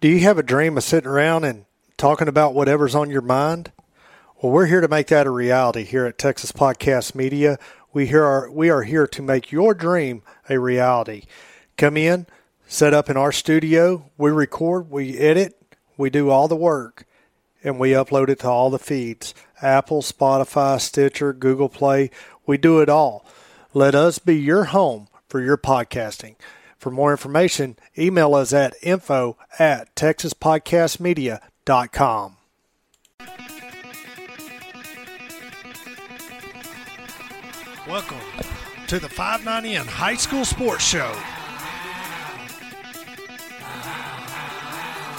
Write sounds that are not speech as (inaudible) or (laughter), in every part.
Do you have a dream of sitting around and talking about whatever's on your mind? Well, we're here to make that a reality here at Texas Podcast Media. We here are we are here to make your dream a reality. Come in, set up in our studio, we record, we edit, we do all the work, and we upload it to all the feeds. Apple, Spotify, Stitcher, Google Play, we do it all. Let us be your home for your podcasting. For more information, email us at info at texaspodcastmedia.com. Welcome to the 590N High School Sports Show.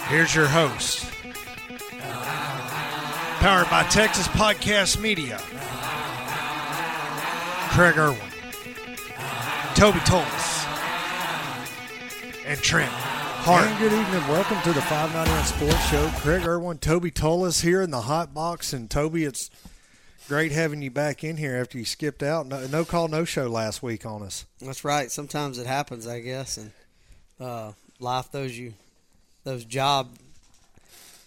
Here's your host, powered by Texas Podcast Media, Craig Irwin, Toby Thomas, and Trent Hart. And good evening. Welcome to the 599 Sports Show. Craig Irwin, Toby Tolis here in the hot box. And Toby, it's great having you back in here after you skipped out. No, no call, no show last week on us. That's right. Sometimes it happens, I guess, and uh, life throws you those job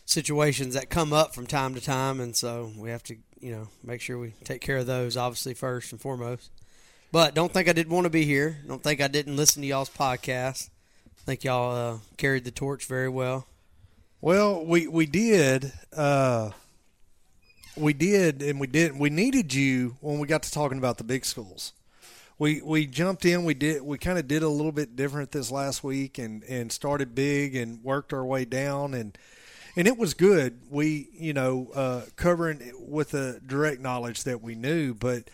situations that come up from time to time, and so we have to, you know, make sure we take care of those obviously first and foremost. But don't think I didn't want to be here. Don't think I didn't listen to y'all's podcast. think y'all uh, carried the torch very well. Well, we we did, uh, we did, and we did. We needed you when we got to talking about the big schools. We we jumped in. We did. We kind of did a little bit different this last week, and and started big and worked our way down, and and it was good. We you know uh, covering it with the direct knowledge that we knew, but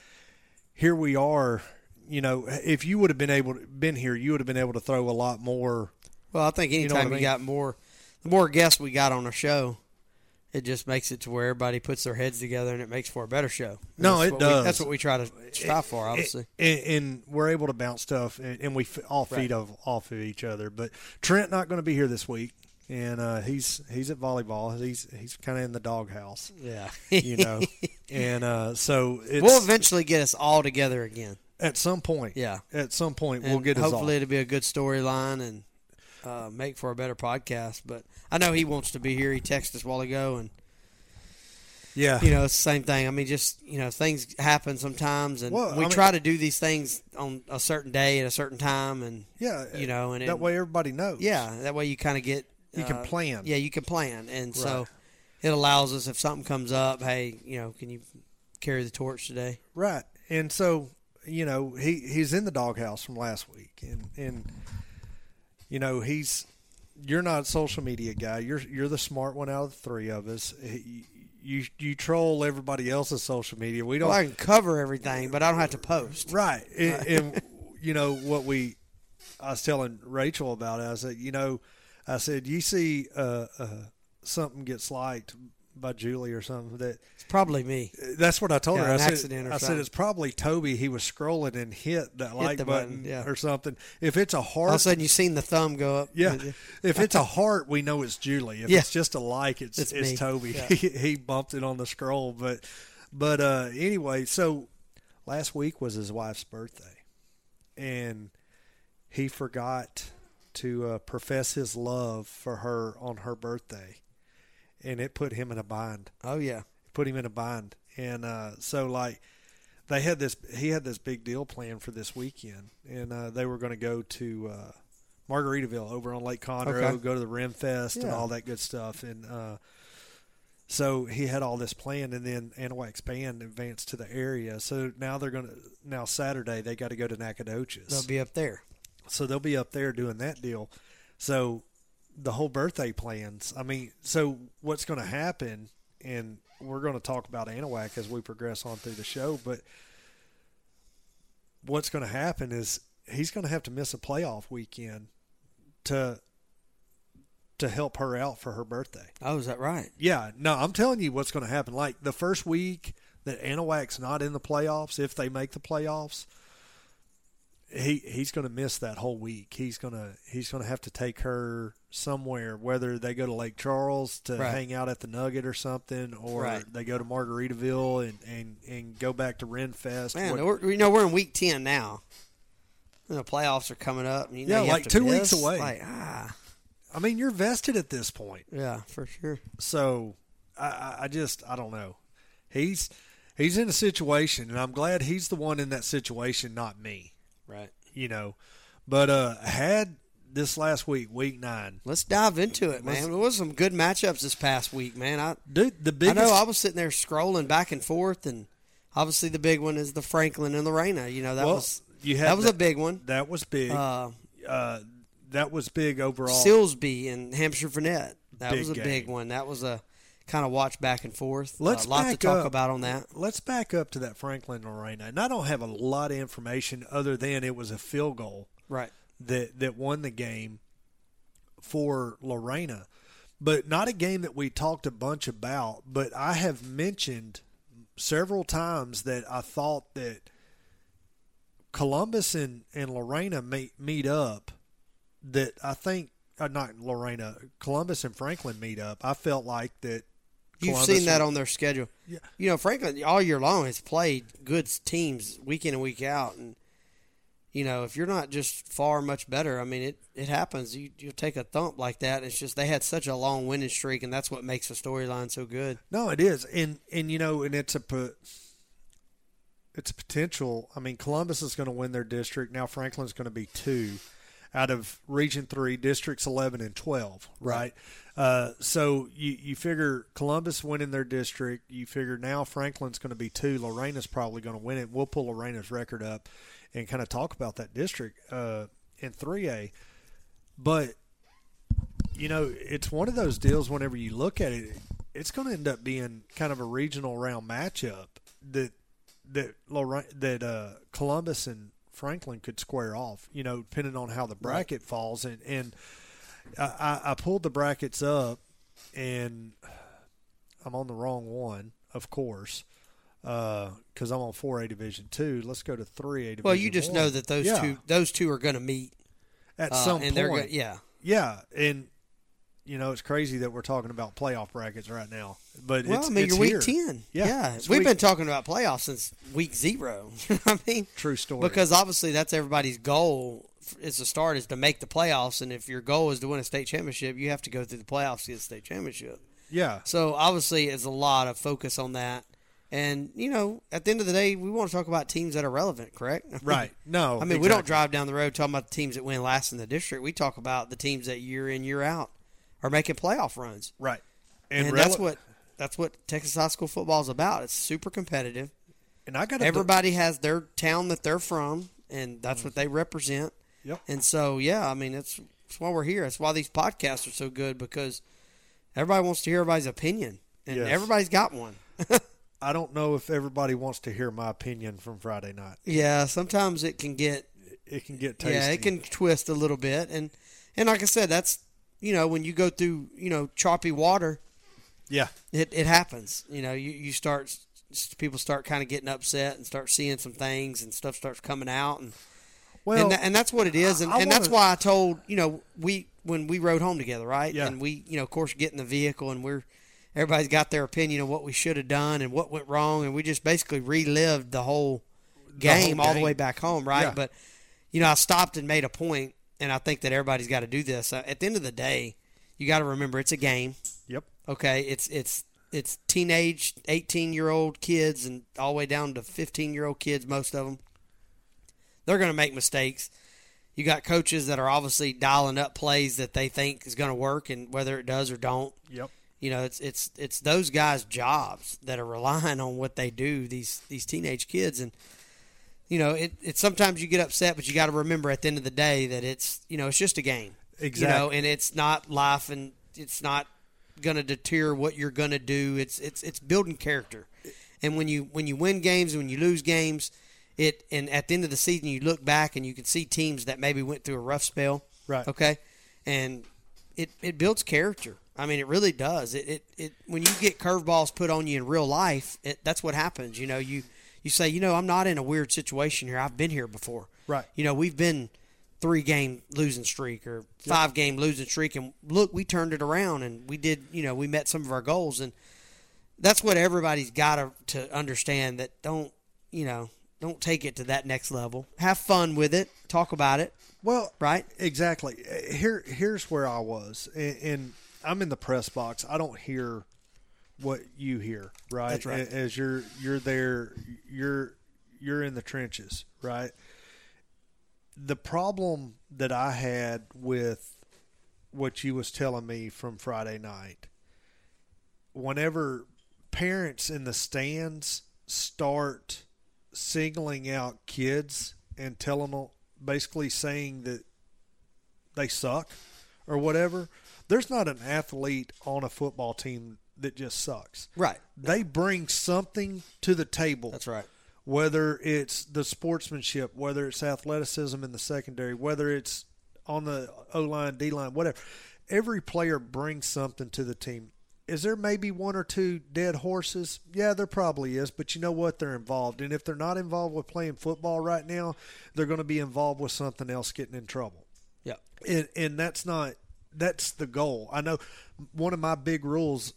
here we are. You know, if you would have been able to, been here, you would have been able to throw a lot more. Well, I think know anytime what you, I mean? got more, the more guests we got on our show, it just makes it to where everybody puts their heads together and it makes for a better show. And No, that's it what does. We, that's what we try to strive for, obviously. and, and we're able to bounce stuff, and, and we f- all feed off, off of each other. But Trent not going to be here this week, and uh, he's he's at volleyball. He's he's kind of in the doghouse, (laughs) yeah. you know. and uh, so it's we'll eventually get us all together again. at some point, Yeah. at some point we'll And get his hopefully all. it'll be a good storyline and uh, make for a better podcast. But I know he wants to be here. He texted us a while ago, and Yeah, you know it's the same thing. I mean, just you know things happen sometimes, and Well, we I mean- try to do these things on a certain day at a certain time, and yeah, you know, and, that and- way everybody knows. yeah, that way you kind of get You can uh, plan. Yeah, you can plan, and so Right. it allows us if something comes up. Hey, you know, can you carry the torch today? Right. And so, you know, he, he's in the doghouse from last week and, and you know, he's you're not a social media guy. You're you're the smart one out of the three of us. He- You you troll everybody else's social media. We don't Well, I can cover everything, but I don't have to post. Right. And, and you know what we, I was telling Rachel about it. I said, you know, I said you see uh, uh, something gets liked by Julie or something that It's probably me. that's what I told Yeah, her. I an said, accident or I said something. it's probably Toby. He was scrolling and hit that like the button, button, yeah. or something. If it's a heart, All of a sudden, you seen the thumb go up. yeah. If it's a heart, we know it's Julie. If Yeah. it's just a like, it's it's, It's me. Toby. (laughs) he, he bumped it on the scroll, but but uh, anyway, so last week was his wife's birthday, and he forgot to uh, profess his love for her on her birthday, and it put him in a bind Oh yeah. put him in a bind. And uh, so like they had this he had this big deal planned for this weekend and uh, they were going to go to uh, Margaritaville over on Lake Conroe, Okay. go to the Rim Fest and Yeah. all that good stuff and uh, so he had all this planned and then Anahuac's band advanced to the area. So now they're going to now Saturday they got to go to Nacogdoches. They'll be up there. so they'll be up there doing that deal. So the whole birthday plans. I mean, so what's going to happen? And we're going to talk about Anahuac as we progress on through the show. But what's going to happen is he's going to have to miss a playoff weekend to to help her out for her birthday. Oh, is that right? Yeah, no, I'm telling you what's going to happen. Like the first week that Anahuac's not in the playoffs, if they make the playoffs, he he's going to miss that whole week. He's gonna he's going to have to take her somewhere, whether they go to Lake Charles to Right. hang out at the Nugget or something, or Right. they go to Margaritaville and and and go back to Renfest. Man, What- we're, you know we're in week ten now. And the playoffs are coming up. and you know Yeah, you have like to two miss. weeks away. Like ah, I mean, you're vested at this point. Yeah, for sure. So I- I, I just I don't know. He's he's in a situation, and I'm glad he's the one in that situation, not me. Right. You know, but uh, had this last week, week nine, Let's dive into it, Let's- man. There was some good matchups this past week, man. I dude. The biggest I know I was sitting there scrolling back and forth, and obviously the big one is the Franklin and Lorena. You know that Well, was you had that was the- a big one. that was big. Uh, Uh, that was big overall. Silsby and Hampshire Fournette. That Big was a game. big one. That was a kind of watch back and forth. Let's a lot to back talk up. about on that. Let's back up to that Franklin Lorena, and I don't have a lot of information other than it was a field goal. Right. that that won the game for Lorena, but not a game that we talked a bunch about. But I have mentioned several times that I thought that Columbus and and Lorena meet meet up. That I think uh, not Lorena, Columbus and Franklin meet up. I felt like that. You've Columbus seen that would- on their schedule. You know, Franklin all year long has played good teams week in and week out, and you know if you're not just far much better, I mean it it happens. You you take a thump like that. It's just they had such a long winning streak, and that's what makes the storyline so good. No, it is, and and you know, and it's a po- it's a potential. I mean, Columbus is going to win their district now. Franklin's going to be two out of Region Three districts eleven and twelve, right? Uh, so you you figure Columbus winning their district. You figure now Franklin's going to be two. Lorena's probably going to win it. We'll pull Lorena's record up and kind of talk about that district uh, in three A, but you know, it's one of those deals. Whenever you look at it, it's going to end up being kind of a regional round matchup that that Lorraine, that uh, Columbus and Franklin could square off. You know, depending on how the bracket falls, and and I, I I pulled the brackets up, and I'm on the wrong one, of course. Because I'm on 4A Division two, let's go to 3A Division. Well, you just know one. that those Yeah, two those two are going to meet at uh, some and point. they're going yeah. Yeah, and you know it's crazy that we're talking about playoff brackets right now, but Well, it's, I mean, it's you're week here. ten. Yeah, Yeah, it's we've week- been talking about playoffs since week zero. (laughs) I mean, True story. because obviously that's everybody's goal. f- Is the start is to make the playoffs, and if your goal is to win a state championship, you have to go through the playoffs to get a state championship. yeah, So obviously, it's a lot of focus on that. And you know, at the end of the day, we want to talk about teams that are relevant, correct? right. No, I mean, we don't Oh, exactly. drive down the road talking about the teams that win last in the district. We talk about the teams that year in year out are making playoff runs right, and, rele- that's what that's what Texas high school football is about. It's super competitive. and I got Everybody has their town that they're from, and that's what they represent. Mm-hmm. Yep. And so, yeah, I mean, that's that's why we're here. That's why these podcasts are so good because everybody wants to hear everybody's opinion, and Yes. everybody's got one. I don't know if everybody wants to hear my opinion from Friday night. yeah, sometimes it can get It can get tasty. Yeah, it can twist a little bit, and and like I said, that's you know when you go through you know choppy water, Yeah, it, it happens. You know, you, you start s- people start kind of getting upset and start seeing some things and stuff starts coming out and well, and, tha- and that's what it is and, I- I and that's wanna- why I told you know we when we rode home together right Yeah. and we you know of course get in the vehicle and we're everybody's got their opinion of what we should have done and what went wrong and we just basically relived the whole game all the game. way back home right Yeah. but you know I stopped and made a point and I think that everybody's got to do this Uh, at the end of the day you got to remember it's a game yep, Okay, it's it's it's teenage, eighteen year old kids, and all the way down to fifteen year old kids. Most of them, they're going to make mistakes. You got coaches that are obviously dialing up plays that they think is going to work, and whether it does or don't, yep. you know, it's it's it's those guys' jobs that are relying on what they do. These these teenage kids, and you know, it, it sometimes you get upset, but you got to remember at the end of the day that it's you know it's just a game, You know, Exactly. and it's not life, and it's not going to deter what you're going to do. It's it's it's building character, and when you when you win games and when you lose games, it and at the end of the season you look back and you can see teams that maybe went through a rough spell, Right. Okay, and it it builds character. I mean, it really does. It it, it when you get curveballs put on you in real life, it, that's what happens. You know, you you say, you know, I'm not in a weird situation here. I've been here before. Right. You know, we've been three game losing streak or five game losing streak, and look, we turned it around and we did. You know, we met some of our goals, and that's what everybody's got to to understand. That don't you know. Don't take it to that next level. Have fun with it. Talk about it. Well, Right? Exactly. Uh, Here, here's where I was, and, and I'm in the press box. I don't hear what you hear, right? That's right. A- As you're you're there, you're you're in the trenches, right? The problem that I had with what you was telling me from Friday night, whenever parents in the stands start singling out kids and telling them, basically saying that they suck or whatever. There's not an athlete on a football team that just sucks. Right. They bring something to the table. That's right. Whether it's the sportsmanship, whether it's athleticism in the secondary, whether it's on the O line, D line, whatever. Every player brings something to the team. Is there maybe one or two dead horses? Yeah, there probably is, but you know what? They're involved. And if they're not involved with playing football right now, they're going to be involved with something else getting in trouble Yep. and and that's not that's the goal. I know one of my big rules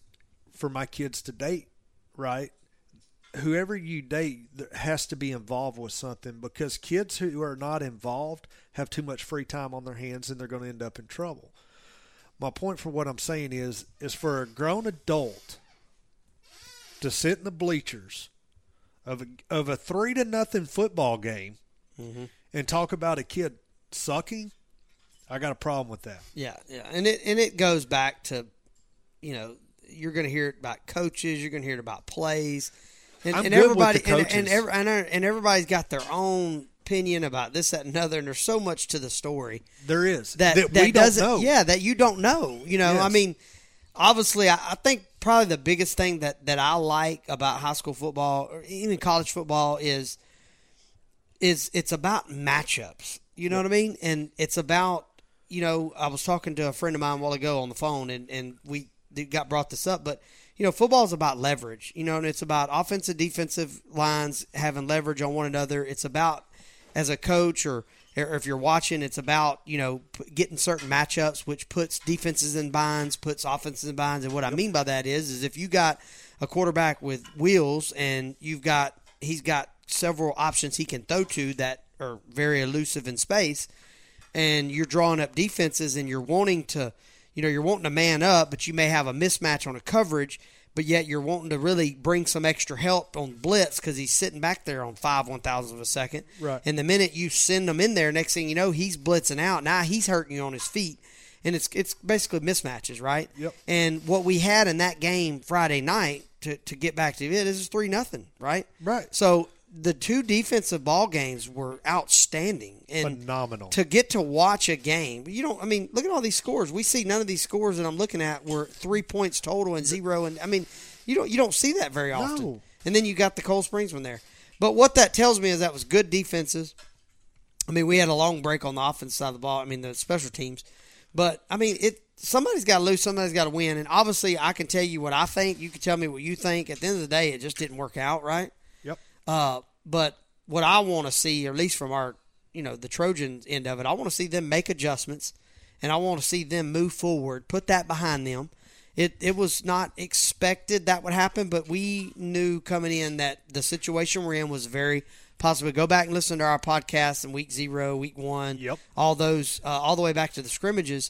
for my kids to date, right? Whoever you date th- has to be involved with something because kids who are not involved have too much free time on their hands and they're going to end up in trouble. My point for what I'm saying is is for a grown adult to sit in the bleachers of a, of a 3 to nothing football game and talk about a kid sucking I got a problem with that. Yeah, yeah, and it and it goes back to, you know, you're going to hear it about coaches, you're going to hear it about plays, and, I'm and good with everybody the and- coaches. and every, and, er- and everybody's got their own opinion about this, that, and other, and there's so much to the story There is that that, we don't doesn't, know. yeah, that you don't know. You know, I Yes. mean, obviously, I, I think probably the biggest thing that that I like about high school football or even college football is is it's about matchups. You know what I mean? And it's about you know I was talking to a friend of mine a while ago on the phone, and and we did- got brought this up, but you know football is about leverage. You know, and it's about offensive defensive lines having leverage on one another. It's about as a coach or or if you're watching, it's about you know p- getting certain matchups, which puts defenses in binds, puts offenses in binds. And what I mean by that is, is if you got a quarterback with wheels and you've got he's got several options he can throw to that are very elusive in space and you're drawing up defenses and you're wanting to you know you're wanting to man up but you may have a mismatch on a coverage but yet you're wanting to really bring some extra help on blitz because he's sitting back there on five one thousandth of a second Right. and the minute you send him in there next thing you know he's blitzing out now he's hurting you on his feet and it's it's basically mismatches right Yep. and what we had in that game friday night to, to get back to it is three nothing right Right. so the two defensive ball games were outstanding and Phenomenal. to get to watch a game. You don't. I mean, look at all these scores. We see none of these scores that I'm looking at were three points total and zero. And I mean, you don't you don't see that very often. No. And then you got the Cold Springs one there. But what that tells me is that was good defenses. I mean, we had a long break on the offense side of the ball. I mean, the special teams. But I mean, it somebody's got to lose, somebody's got to win, and obviously, I can tell you what I think. You can tell me what you think. At the end of the day, it just didn't work out, right? yep. Uh, but what I want to see, or at least from our, you know, the Trojans end of it, I want to see them make adjustments, and I want to see them move forward, put that behind them. It it was not expected that would happen, but we knew coming in that the situation we're in was very possible. Go back and listen to our podcast in week zero, week one, Yep. all those, uh, all the way back to the scrimmages.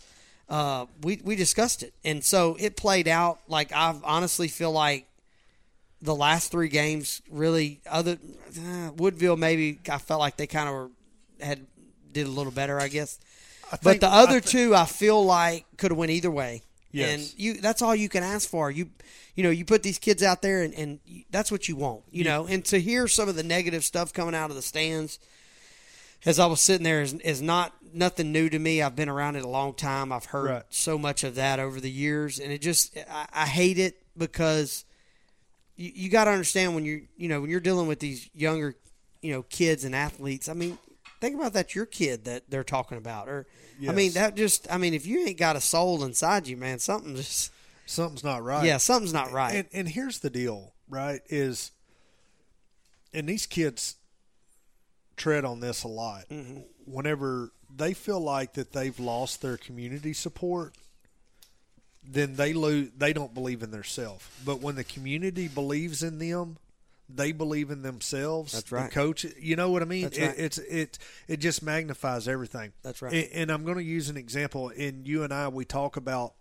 Uh, we we discussed it, and so it played out like I honestly feel like the last three games really other uh, Woodville maybe I felt like they kind of were, had did a little better I guess. but think- the other I two I feel like could have went either way. Yes. And you that's all you can ask for. You you know, you put these kids out there and and you, that's what you want, you know. And to hear some of the negative stuff coming out of the stands as I was sitting there is, is not nothing new to me. I've been around it a long time. I've heard Right. so much of that over the years, and it just I, I hate it because you, you got to understand when you you know when you're dealing with these younger you know kids and athletes. I mean, think about that's your kid that they're talking about, or I mean Yes. that just I mean if you ain't got a soul inside you, man, something just Something's not right. yeah something's not right. And and here's the deal, right? Is and these kids tread on this a lot. Mm-hmm. Whenever they feel like that they've lost their community support, then they lose. They don't believe in theirself. But when the community believes in them, they believe in themselves. That's right. The coach, you know what I mean? That's It- right. It's it it just magnifies everything. That's right. And, and I'm going to use an example. And you and I, we talk about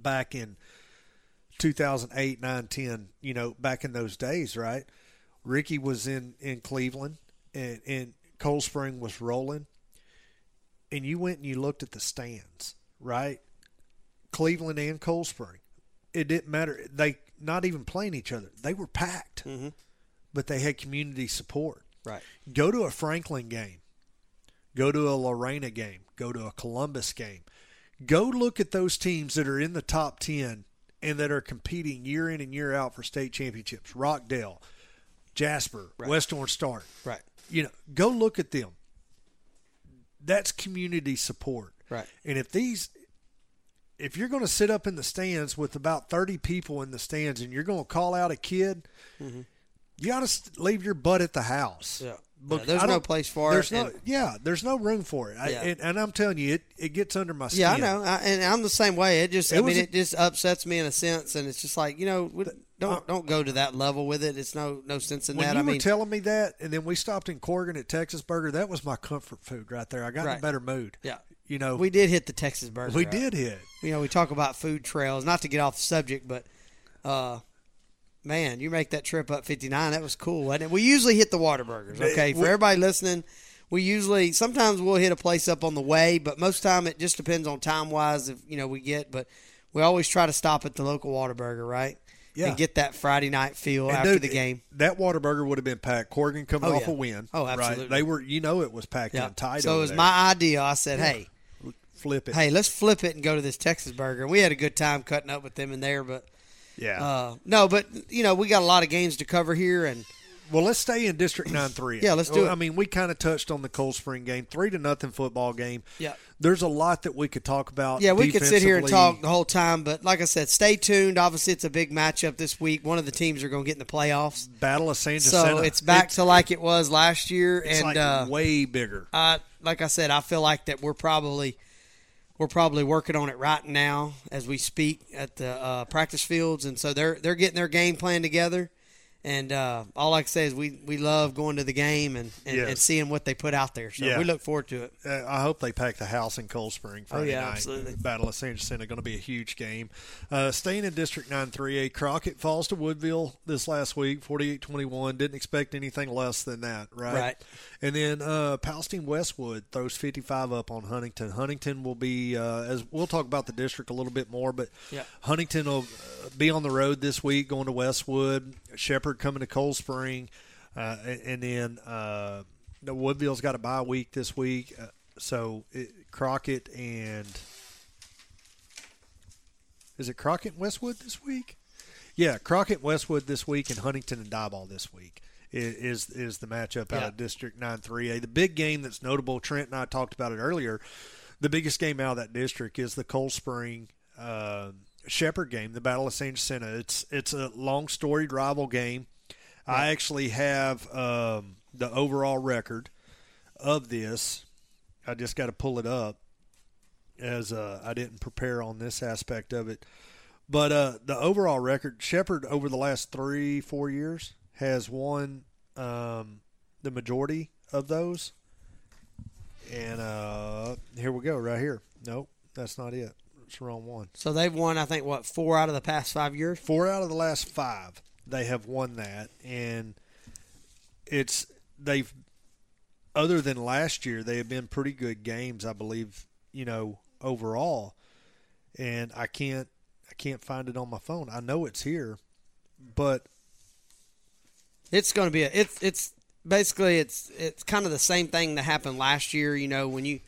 back in 2008, 9, 10, You know, back in those days, right? Ricky was in in Cleveland, and and Cold Spring was rolling. And you went and you looked at the stands, right? Cleveland and Cold Spring. It didn't matter. They not even playing each other. They were packed, Mm-hmm. but they had community support. Right. Go to a Franklin game. Go to a Lorena game. Go to a Columbus game. Go look at those teams that are in the top 10 and that are competing year in and year out for state championships. Rockdale, Jasper, West Orange Star. Right. You know, go look at them. That's community support. Right. And if these if you're going to sit up in the stands with about 30 people in the stands and you're going to call out a kid, you ought to leave your butt at the house. Mm-hmm. Yeah. Bec- Yeah, there's I no don't- place for there's it, No, and- yeah, there's no room for it. I, Yeah. and, and I'm telling you, it, it gets under my skin. Yeah, I know, I, and I'm the same way. It just, It I was mean, a- it just upsets me in a sense, and it's just like you know, we, don't don't go to that level with it. It's no no sense in uh When that. you I were mean, telling me that, and then we stopped in Corgan at Texas Burger, that was my comfort food right there. I got in a Right. better mood. Yeah. You know, we did hit the Texas burger. we right? did hit. You know, we talk about food trails. Not to get off the subject, but uh, man, you make that trip up 59. That was cool, wasn't it? We usually hit the Waterburgers. Okay, for we- everybody listening, we usually sometimes we'll hit a place up on the way, but most time it just depends on time wise if you know we get. But we always try to stop at the local Waterburger, right? Yeah. And get that Friday night feel after dude, the game. That Waterburger would have been packed. Corgan coming Oh, off yeah. a win. Oh, right? absolutely. They were, you know, it was packed Yeah. and tight. So it over was there. my idea. I said, hey. flip it. Hey, let's flip it and go to this Texas burger. And we had a good time cutting up with them in there, but yeah. Uh, no, but you know we got a lot of games to cover here, and well, let's stay in District Nine Three. Yeah, let's do Well, it. I mean, we kind of touched on the Cold Spring game, three to nothing football game. Yeah. There's a lot that we could talk about. yeah, we could sit here and defensively. talk the whole time. But like I said, stay tuned. Obviously, it's a big matchup this week. One of the teams are going to get in the playoffs, Battle of San so Jacinto. it's back to like it was last year. It's and like uh, way bigger. I, like I said, I feel like that we're probably we're probably working on it right now as we speak at the uh, practice fields, and so they're they're getting their game plan together. And uh, all I can say is we, we love going to the game and, and, Yes. and seeing what they put out there. So Yeah. we look forward to it. Uh, I hope they pack the house in Cold Spring Friday Oh, yeah, night. absolutely. Battle of San Jacinto going to be a huge game. Uh, staying in District 9-3A, Crockett falls to Woodville this last week, 48-21. Didn't expect anything less than that, right? Right. And then uh, Palestine Westwood throws 55 up on Huntington. Huntington will be, uh, as we'll talk about the district a little bit more, but Yeah. Huntington will uh, be on the road this week going to Westwood. Shepherd coming to Cold Spring. Uh, and, and then uh, the Woodville's got a bye week this week. Uh, so it, Crockett and. Is it Crockett and Westwood this week? Yeah, Crockett Westwood this week and Huntington and Dieball this week i- is is the matchup out Yeah. of District 9 3A. The big game that's notable, Trent and I talked about it earlier. The biggest game out of that district is the Cold Spring uh, Shepherd game, the Battle of San Jacinto. It's it's a long storied rival game. I actually have um, the overall record of this. I just got to pull it up as uh, I didn't prepare on this aspect of it. But uh, the overall record, Shepard over the last three, four years has won um, the majority of those. And uh, here we go, right here. Nope, that's not it. It's the wrong one. So they've won, I think, what four out of the past five years. Four out of the last five, they have won that, and it's they've other than last year, they have been pretty good games, I believe. You know, overall, and I can't I can't find it on my phone. I know it's here, but It's going to be a, it's it's basically it's it's kind of the same thing that happened last year. You know when you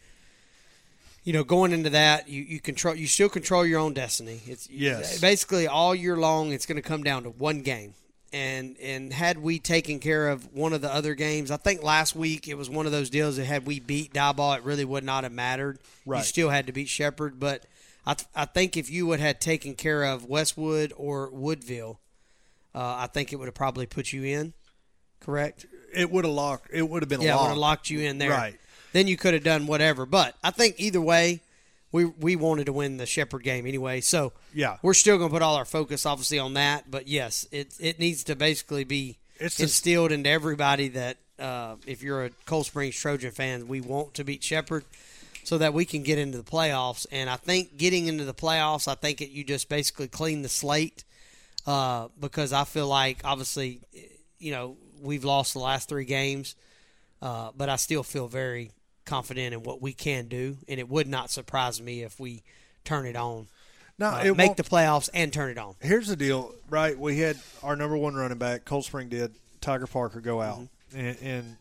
you know going into that you you control you still control your own destiny. It's Yes. basically all year long. It's going to come down to one game. And and had we taken care of one of the other games, I think last week it was one of those deals that had we beat Dieball, it really would not have mattered. You Right. still had to beat Shepard, but I, th- I think if you would had taken care of Westwood or Woodville, uh, I think it would have probably put you in. Correct? it would have locked. It would have been Yeah, it would locked. have locked you in there. Right. Then you could have done whatever. But I think either way, we we wanted to win the Shepherd game anyway. So Yeah. we're still going to put all our focus obviously on that. But yes, it it needs to basically be It's just- instilled into everybody that uh, if you're a Cold Springs Trojan fan, we want to beat Shepherd so that we can get into the playoffs. And I think getting into the playoffs, I think it, you just basically clean the slate uh, because I feel like obviously, you know, we've lost the last three games, uh, but I still feel very confident in what we can do, and it would not surprise me if we turn it on, No, uh, it make won't- the playoffs, and turn it on. Here's the deal, right? We had our number one running back, Cold Spring did, Tiger Parker go out, Mm-hmm. and, and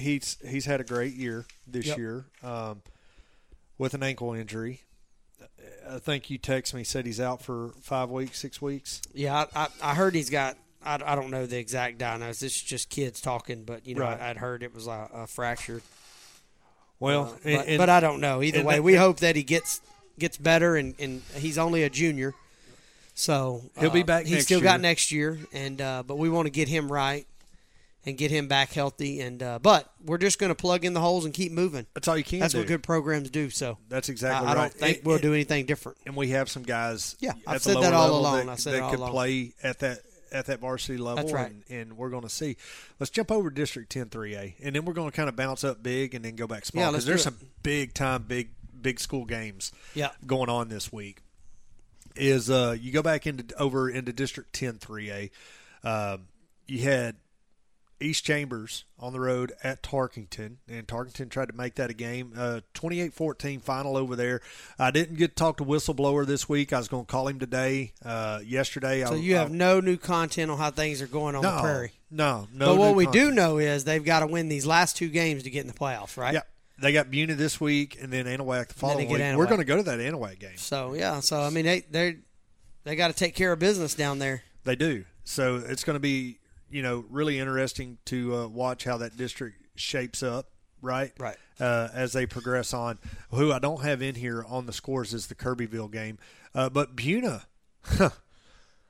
he's he's had a great year this Yep. year um, with an ankle injury. I think you text me said he's out for five weeks, six weeks. Yeah, I, I, I heard he's got. I, I don't know the exact diagnosis. This is just kids talking, but you know, Right. I, would heard it was a, a fracture. Well, But, but I don't know. Either and way, that- we hope that he gets gets better, and, and he's only a junior, so He'll be uh, back He's next still year. got next year, and uh, but we want to get him right and get him back healthy. And uh, but we're just going to plug in the holes and keep moving. that's all you can That's do. what good programs do. So That's I, exactly I right. don't think And- we'll and- do anything different. and we have some guys. Yeah, at I've the said lower that all level along. That, I said that it all could along. play at that at that varsity level, That's right. and, and we're going to see. Let's jump over to District 10 3A, and then we're going to kind of bounce up big, and then go back small Yeah, because there's let's do it. some big time, big big school games Yeah. going on this week. Is uh, you go back into over into District 10 3A, um, you had East Chambers on the road at Tarkington, and Tarkington tried to make that a game. Uh, 28-14 final over there. I didn't get to talk to Whistleblower this week. I was going to call him today. Uh, yesterday, So I, you I- have no new content on how things are going on uh, no, the prairie. No, no. But what new we do content. know is they've got to win these last two games to get in the playoffs, right? yeah, they got Buna this week, and then Anahuac the then they following week. get We're Anahuac. going to go to that Anahuac game. So yeah, so I mean they they they got to take care of business down there. They do. So it's going to be, you know, really interesting to uh, watch how that district shapes up, right? Right. Uh, as they progress on. Who I don't have in here on the scores is the Kirbyville game, uh, but Buna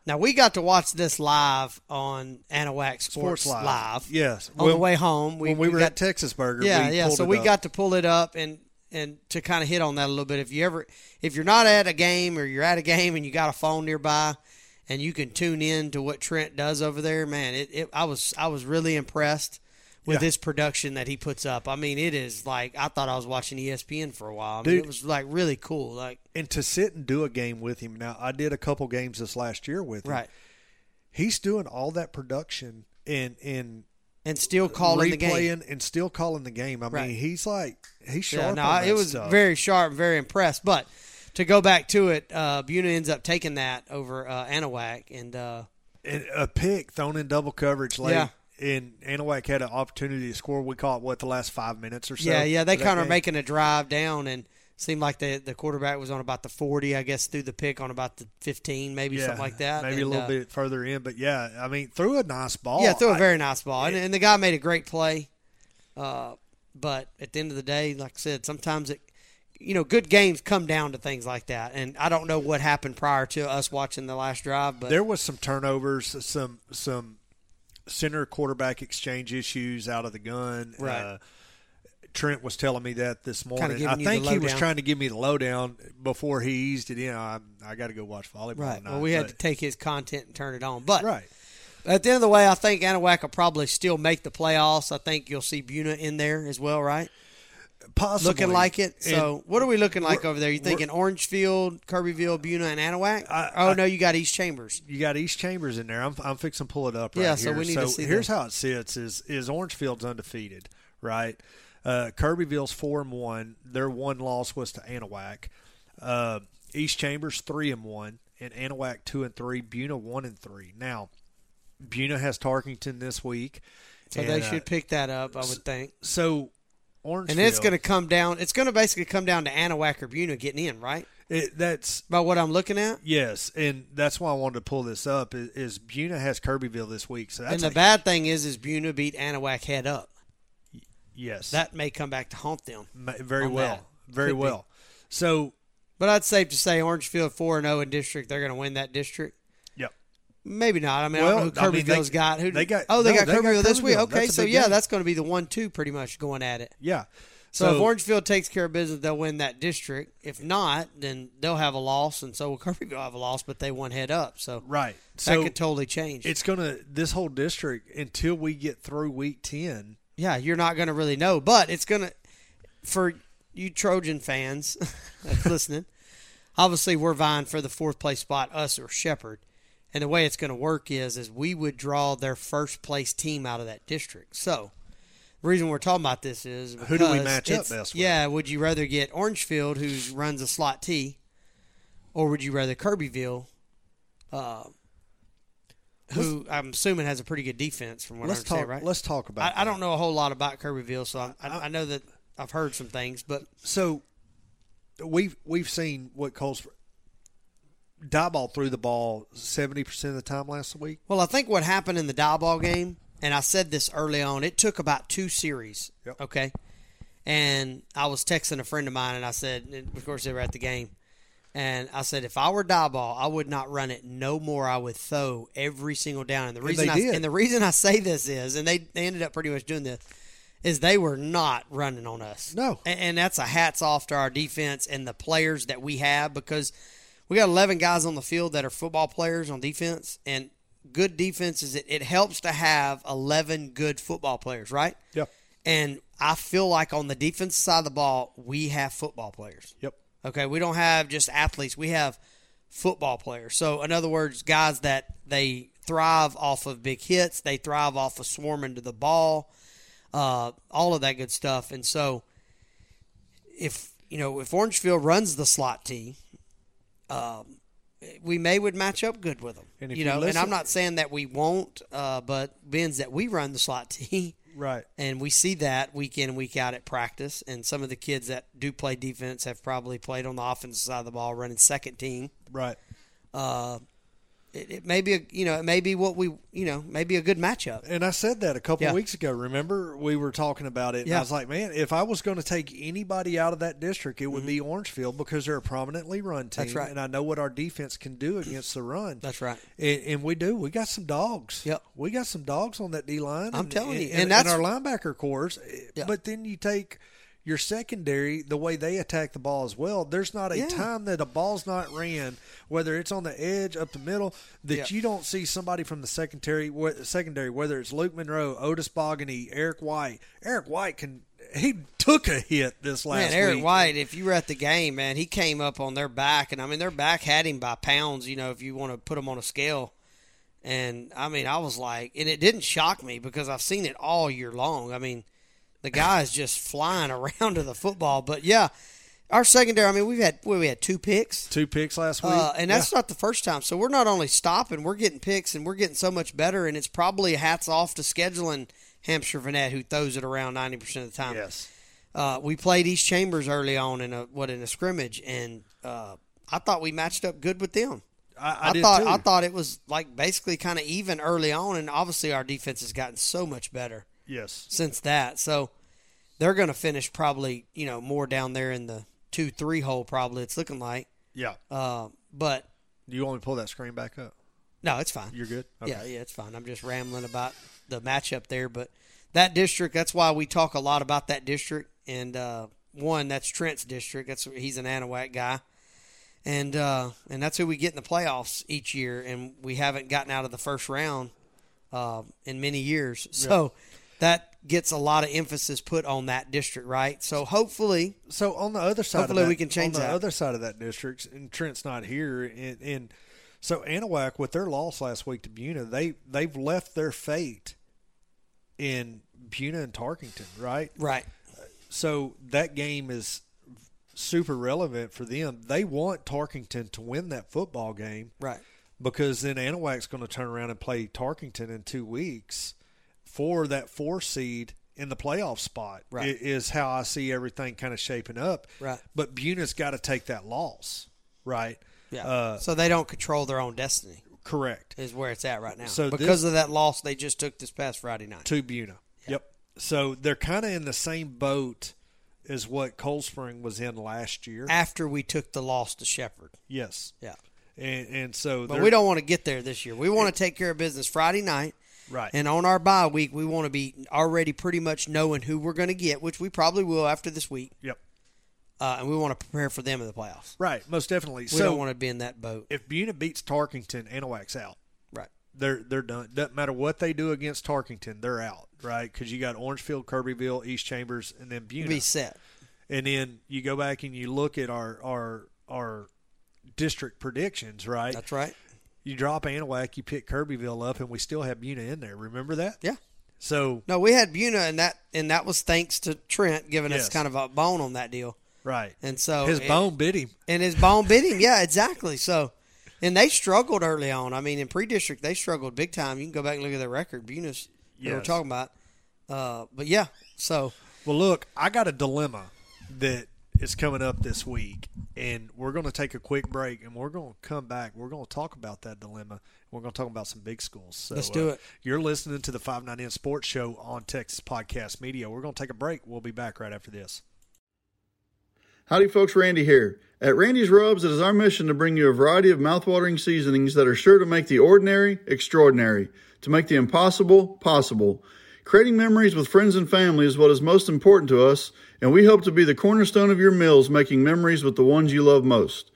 Now we got to watch this live on Anahuac Sports, Sports Live. Yes. on Well, the way home. when we, were got at Texas Burger, yeah, we yeah. pulled So it we up. got to pull it up and and to kind of hit on that a little bit. If you ever, if you're not at a game or you're at a game and you got a phone nearby, and you can tune in to what Trent does over there, man, it, it I was I was really impressed with Yeah. this production that he puts up. I mean, it is like I thought I was watching E ESPN for a while. I mean, Dude. it was like really cool. Like and to sit and do a game with him. Now I did a couple games this last year with him. right. He's doing all that production and and And still calling the game. replaying and still calling the game. I mean, Right. he's like he's sharp. Yeah, no, on I- that it was stuff. very sharp and very impressed. But to go back to it, uh, Buna ends up taking that over uh, Anahuac, and uh, and a pick thrown in double coverage late. Yeah. And Anahuac had an opportunity to score. We caught what the last five minutes or so. yeah, yeah, they that kind of game? are making a drive down, and seemed like the the quarterback was on about the forty, I guess, through the pick on about the fifteen, maybe Yeah, something like that. Maybe a And, little uh, bit further in, but yeah, I mean, threw a nice ball. Yeah, threw I- a very nice ball, and, and the guy made a great play. Uh, but at the end of the day, like I said, sometimes it, you know, good games come down to things like that, and I don't know what happened prior to us watching the last drive, but there was some turnovers, some some center quarterback exchange issues out of the gun. Right. Uh, Trent was telling me that this morning. giving I you the think he was lowdown. trying to give me the lowdown before he eased it in. I, I got to go watch volleyball. right. tonight, Well, we had to but- take his content and turn it on, but right. At the end of the way, I think Anahuac will probably still make the playoffs. I think you'll see Buna in there as well, right? Possibly Looking like it. And- So, what are we looking like we're- over there? You thinking Orangefield, Kirbyville, Buna, and Anahuac? I- oh I- no, you got East Chambers. you got East Chambers in there. I'm I'm fixing to pull it up right Yeah, here. so we need to see here's the- how it sits: is is Orangefield's undefeated, right? Uh, Kirbyville's four and one. Their one loss was to Anahuac. Uh, East Chambers three and one, and Anahuac two and three. Buna one and three. Now, Buna has Tarkington this week, So and, they uh, should pick that up, I would think. so Orangefield, And it's going to come down. It's going to basically come down to Anahuac or Buna getting in, right? it, that's By what I'm looking at. yes, and that's why I wanted to pull this up. Is, is Buna has Kirbyville this week, so And that's the a- bad thing is, is Buna beat Anahuac head up. yes, That may come back to haunt them. Ma- very on well, that. very Could be. well. So, But I'd safe to say Orangefield four and zero in district. They're going to win that district. yep, Maybe not. I mean, I Well, don't know I who mean, Kirbyville's they- got. Who they got- Oh, they no, got they got Kirbyville this week. Kirbyville. Okay, That's a so big yeah, game. that's going to be the one-two pretty much going at it. yeah. So, if So- Orangefield takes care of business, they'll win that district. If not, then they'll have a loss, and so will (laughs) Kirbyville have a loss, but they one head up. So Right. that So could totally change. it's gonna this whole district until we get through week ten. yeah, you're not going to really know, but it's going to for you Trojan fans (laughs) that's listening. Obviously, we're vying for the fourth place spot, us or Shepherd. And the way it's going to work is, is we would draw their first place team out of that district. So, the reason we're talking about this is Who do we because match up it's- best with? Yeah, would you rather get Orangefield, who runs a slot T, or would you rather Kirbyville, uh, who I'm assuming has a pretty good defense from what I Let's understand, talk. right? Let's talk I, about. I that. don't know a whole lot about Kirbyville, so I, I, I know that I've heard some things, but So we've we've seen what Colts Dieball threw the ball seventy percent of the time last week. well, I think what happened in the die ball game, and I said this early on, it took about two series. Yep. Okay, and I was texting a friend of mine, and I said, and of course, they were at the game, and I said, if I were die ball, I would not run it no more. I would throw every single down, and the reason they I, did. and the reason I say this is, and they they ended up pretty much doing this. Is they were not running on us. No. and, and that's a hats off to our defense and the players that we have because we got 11 guys on the field that are football players on defense and good defense is it, it helps to have 11 good football players right Yep. and i feel like on the defense side of the ball we have football players Yep. Okay, we don't have just athletes. We have football players. So, in other words, guys that they thrive off of big hits, they thrive off of swarming to the ball, uh, all of that good stuff. And so, if you know if Orangefield runs the slot team, um, we may would match up good with them. And if you you know, and listen- I'm not saying that we won't, uh, but being that we run the slot (laughs) team Right. and we see that week in and week out at practice. And some of the kids that do play defense have probably played on the offensive side of the ball, running second team. Right. It, it may be a you know it may be what we you know maybe a good matchup. And I said that a couple Yeah. weeks ago. Remember, we were talking about it. And I Yeah. was like, man, if I was going to take anybody out of that district, it would be Orangefield because they're a prominently run team. Mm-hmm. That's right. And I know what our defense can do against the run. That's right. And, and we do. We got some dogs. Yep. We got some dogs on that D line. I'm and- telling and, you. And, And that's, that's- our linebacker cores. Yeah. But then you take your secondary, the way they attack the ball as well. There's not a Yeah. time that a ball's not ran, whether it's on the edge, up the middle, that Yeah. you don't see somebody from the secondary, wh- secondary, whether it's Luke Monroe, Otis Bogany, Eric White. Eric White can. He took a hit this last Man, Eric week. White, if you were at the game, man, he came up on their back, and I mean their back had him by pounds. You know, if you want to put him on a scale. And I mean, I was like, and it didn't shock me because I've seen it all year long. I mean, the guy is just flying (laughs) around to the football. But yeah, our secondary. I mean, we've had we had two picks. Two picks last week. Uh, and that's not the first time. So we're not only stopping, we're getting picks, and we're getting so much better. And it's probably hats off to scheduling Hampshire Vanette, who throws it around ninety percent of the time. yes. Uh, we played East Chambers early on in a what in a scrimmage, and uh, I thought we matched up good with them. I, I, did thought too. I thought it was like basically kind of even early on, and obviously our defense has gotten so much better yes. since that. So they're going to finish probably you know more down there in the two three hole. Probably it's looking like, Yeah. uh, but you want me to pull that screen back up? no, it's fine. You're good? Yeah, yeah, it's fine. I'm just rambling about the matchup there, but that district. That's why we talk a lot about that district. And uh, one, that's Trent's district. That's he's an Anahuac guy, and uh, and that's who we get in the playoffs each year. And we haven't gotten out of the first round uh, in many years, so that gets a lot of emphasis put on that district, right? So hopefully, So on the other side, Hopefully of that, we can change on the that. other side of that district, and Trent's not here, and, and so Anahuac with their loss last week to Buna, they they've left their fate in Buna and Tarkington, right? right? So that game is super relevant for them. They want Tarkington to win that football game, Right. because then Anahuac's going to turn around and play Tarkington in two weeks for that four seed in the playoff spot. i- Right. is how I see everything kind of shaping up. Right. But Buna's got to take that loss. Right. Yeah. Uh, so they don't control their own destiny. correct. Is where it's at right now. So this- because of that loss they just took this past Friday night. To Buna. Yep. So they're kind of in the same boat as what Cold Spring was in last year. after we took the loss to Shepherd. yes. Yeah. And and so But they're- we don't want to get there this year. We want to take care of business Friday night. Right. And on our bye week, we want to be already pretty much knowing who we're going to get, which we probably will after this week, Yep. uh, and we want to prepare for them in the playoffs. Right. Most definitely. We so don't want to be in that boat, if Buna beats Tarkington, Anawak's out. right? They're they're done. Doesn't matter what they do against Tarkington, they're out. Right. Because you got Orangefield, Kirbyville, East Chambers, and then Buna. Be set. and then you go back and you look at our our our district predictions. Right. That's right. you drop Anahuac, you pick Kirbyville up, and we still have Buna in there. Remember that? Yeah. So No, we had Buna, and that and that was thanks to Trent giving Yes. us kind of a bone on that deal, right, and so his it- bone bit him. and his bone bit him. Yeah, exactly. So, and they struggled early on. I mean, in pre-district, they struggled big time. You can go back and look at their record. Bunis, that we're Yes. talking about. Uh, but yeah, so Well, look, I got a dilemma that is coming up this week, and we're going to take a quick break, and we're going to come back. We're going to talk about that dilemma. and We're going to talk about some big schools. So, Let's do uh, it. You're listening to the Five Nine In Sports Show on Texas Podcast Media. We're going to take a break. We'll be back right after this. Howdy, folks. Randy here. At Randy's Rubs, it is our mission to bring you a variety of mouthwatering seasonings that are sure to make the ordinary extraordinary, to make the impossible possible. Creating memories with friends and family is what is most important to us, and we hope to be the cornerstone of your meals, making memories with the ones you love most.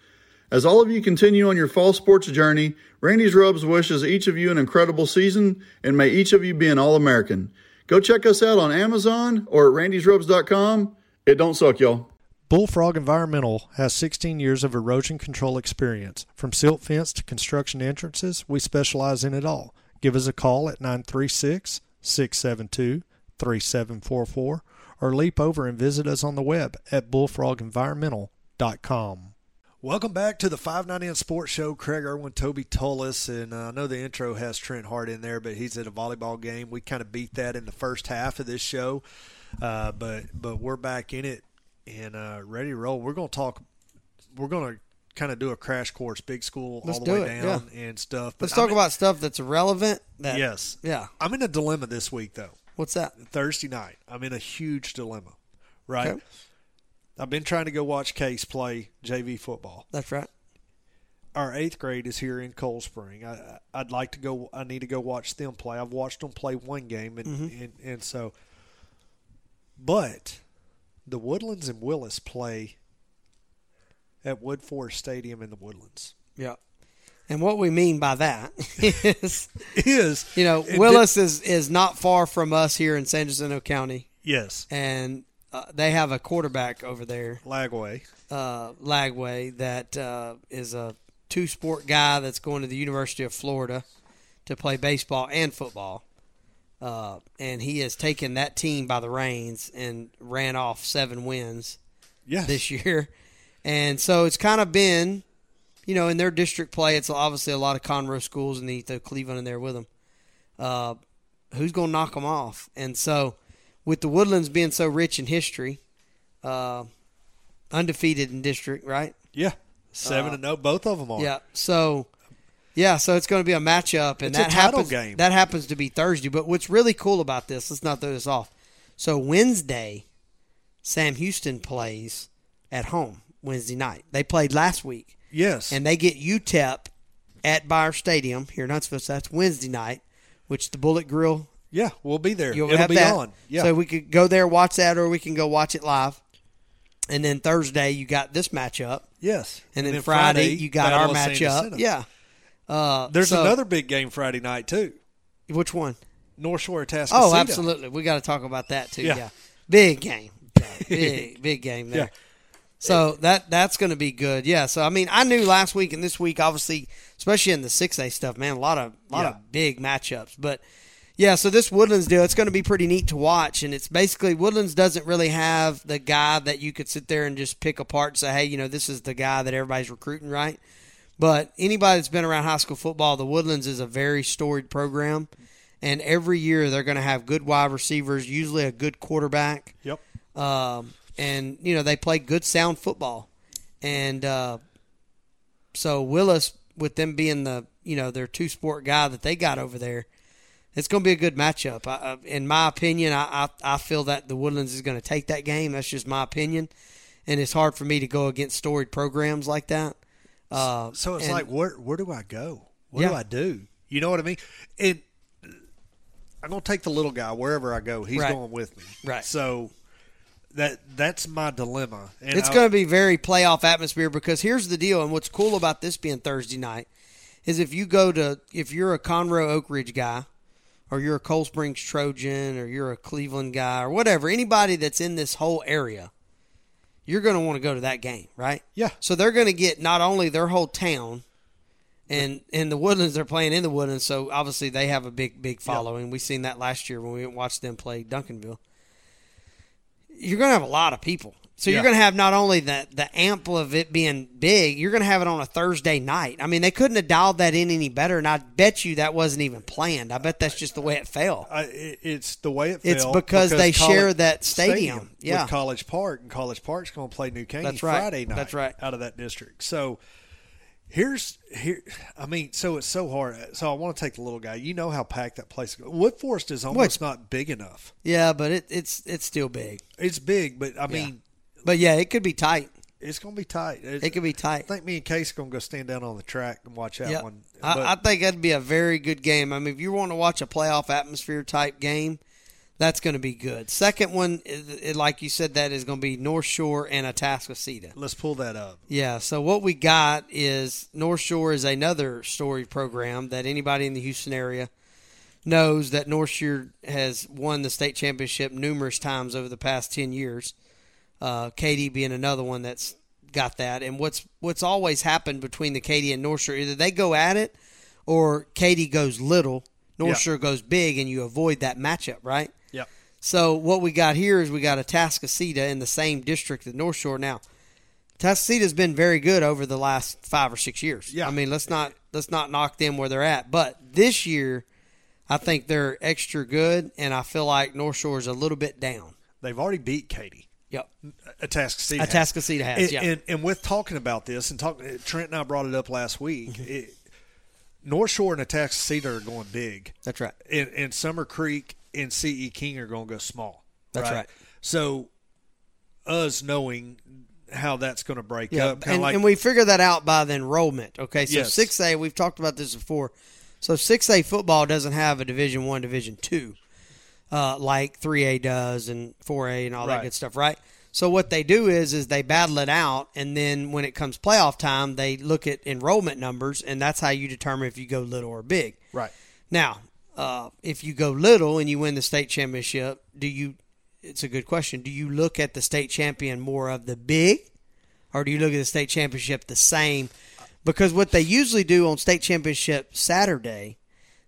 As all of you continue on your fall sports journey, Randy's Rubs wishes each of you an incredible season and may each of you be an All American. Go check us out on Amazon or at randysrubs.com. It don't suck, y'all. Bullfrog Environmental has 16 years of erosion control experience. From silt fence to construction entrances, we specialize in it all. Give us a call at 936 672 3744 or leap over and visit us on the web at bullfrogenvironmental.com. Welcome back to the 599 Sports Show. Craig Irwin, Toby Tullis, and uh, I know the intro has Trent Hart in there, but he's at a volleyball game. We kind of beat that in the first half of this show, uh, but but we're back in it and uh, ready to roll. We're going to talk. We're going to kind of do a crash course, big school Let's all the way do it, down and stuff. But let's I'm talk in- about stuff that's relevant. That, yes. Yeah. I'm in a dilemma this week though. What's that? Thursday night, I'm in a huge dilemma. Right. Okay. I've been trying to go watch Case play JV football. That's right. Our eighth grade is here in Cold Spring. I, I- I'd like to go. I need to go watch them play. I've watched them play one game, and Mm-hmm. and, and so. But, the Woodlands and Willis play. At Wood Forest Stadium in the Woodlands (laughs) Yeah. And what we mean by that (laughs) is, is you know, and Willis is is not far from us here in San Jacinto County, did- yes, and uh, they have a quarterback over there. Lagway. uh, Lagway that uh, is a two sport guy that's going to the University of Florida to play baseball and football. Uh, and he has taken that team by the reins and ran off seven wins Yes, this year. And so it's kind of been, you know, in their district play, it's obviously a lot of Conroe schools and they throw Cleveland in there with them. Uh, who's going to knock them off? And so with the Woodlands being so rich in history, uh, undefeated in district, right? yeah, seven and zero. Both of them are. Uh, Yeah. So, yeah, so it's going to be a matchup, and It's a that title happens. game. That happens to be Thursday. But what's really cool about this? Let's not throw this off. So Wednesday, Sam Houston plays at home Wednesday night. They played last week, Yes, and they get UTEP at Buyer Stadium here in Huntsville. So that's Wednesday night, which the Bullet Grill. Yeah, we'll be there. You'll It'll have be that. on. Yeah. So we could go there, watch that, or we can go watch it live. And then Thursday, you got this matchup. yes. And then, Friday, you got our Battle of San matchup. Jacinto. Yeah. Uh, There's so- another big game Friday night too. Which one? North Shore of Tascasita. Oh, absolutely. We got to talk about that too. Yeah. Yeah. Big game. (laughs) big big game there. Yeah. So that that's going to be good. Yeah. So I mean, I knew last week and this week, obviously, especially in the six A stuff, man, a lot of lot Yeah. of big matchups. But yeah, so this Woodlands deal, it's going to be pretty neat to watch. And it's basically Woodlands doesn't really have the guy that you could sit there and just pick apart and say, hey, you know, this is the guy that everybody's recruiting, right? But anybody that's been around high school football, the Woodlands is a very storied program. And every year they're going to have good wide receivers, usually a good quarterback Yep. um, and you know they play good sound football, and uh, so Willis with them being the you know their two sport guy that they got over there, it's going to be a good matchup. I, I, in my opinion, I, I I feel that the Woodlands is going to take that game. That's just my opinion, and it's hard for me to go against storied programs like that. Uh, So it's and- like where where do I go? What Yeah. do I do? You know what I mean? And I'm gonna take the little guy wherever I go. He's Right. going with me. Right. So that that's my dilemma. And It's I- going to be very playoff atmosphere because here's the deal, and what's cool about this being Thursday night is if you go to if you're a Conroe Oak Ridge guy, or you're a Cold Springs Trojan, or you're a Cleveland guy, or whatever, anybody that's in this whole area, you're going to want to go to that game, right? Yeah. So they're going to get not only their whole town. And in the woodlands, they're playing in the woodlands, so obviously they have a big, big following. We seen that last year when we watched them play Duncanville you're going to have a lot of people. So you're Yeah. going to have not only the the ample of it being big, you're going to have it on a Thursday night. I mean, they couldn't have dialed that in any better, and I bet you that wasn't even planned. I bet that's just the way it fell. I, it, it's the way it It's fell because they colle- share that stadium. Yeah. with College Park, and College Park's going to play New Caney That's right. Friday night. That's right. out of that district. So here's here. I mean, so it's so hard. So I want to take the little guy. You know how packed that place. Wood Forest is almost not big enough. Yeah, but it, it's it's still big. It's big, but I mean, But yeah, it could be tight. it's going to be tight. It could be tight. I think me and Case going to go stand down on the track and watch that Yeah, one. But- I, I think that'd be a very good game. I mean, if you want to watch a playoff atmosphere type game, that's going to be good. Second one, is- is- like you said, that is going to be North Shore and Atascocita. let's pull that up. Yeah, so what we got is North Shore is another story program that anybody in the Houston area knows that North Shore has won the state championship numerous times over the past 10 years. Uh, Katie being another one that's got that. And what's what's always happened between the Katie and North Shore, either they go at it or Katie goes little, North Yeah. Shore goes big, and you avoid that matchup, right? Yep. So what we got here is we got Atascocita in the same district as North Shore. Now, Atascoceita's been very good over the last five or six years. Yeah. I mean let's not let's not knock them where they're at, but this year, I think they're extra good, and I feel like North Shore is a little bit down. They've already beat Katie. Yep, Atascocita. has. Atascocita has. and, yeah, and, and with talking about this and talking, Trent and I brought it up last Mm-hmm. week. It, North Shore and Atascocita are going big, that's right. and, and Summer Creek and C.E. King are going to go small. That's right. So, us knowing how that's going to break up, kind and, of like and we figure that out by the enrollment. Okay, so Yes. six A, we've talked about this before. So six A football doesn't have a Division One, Division Two, uh, like three A does and four A and all that Right. good stuff, right? So what they do is is they battle it out, and then when it comes playoff time, they look at enrollment numbers, and that's how you determine if you go little or big. right. Now, uh, if you go little and you win the state championship, do you? It's a good question. Do you look at the state champion more of the big, or do you look at the state championship the same? Because what they usually do on state championship Saturday,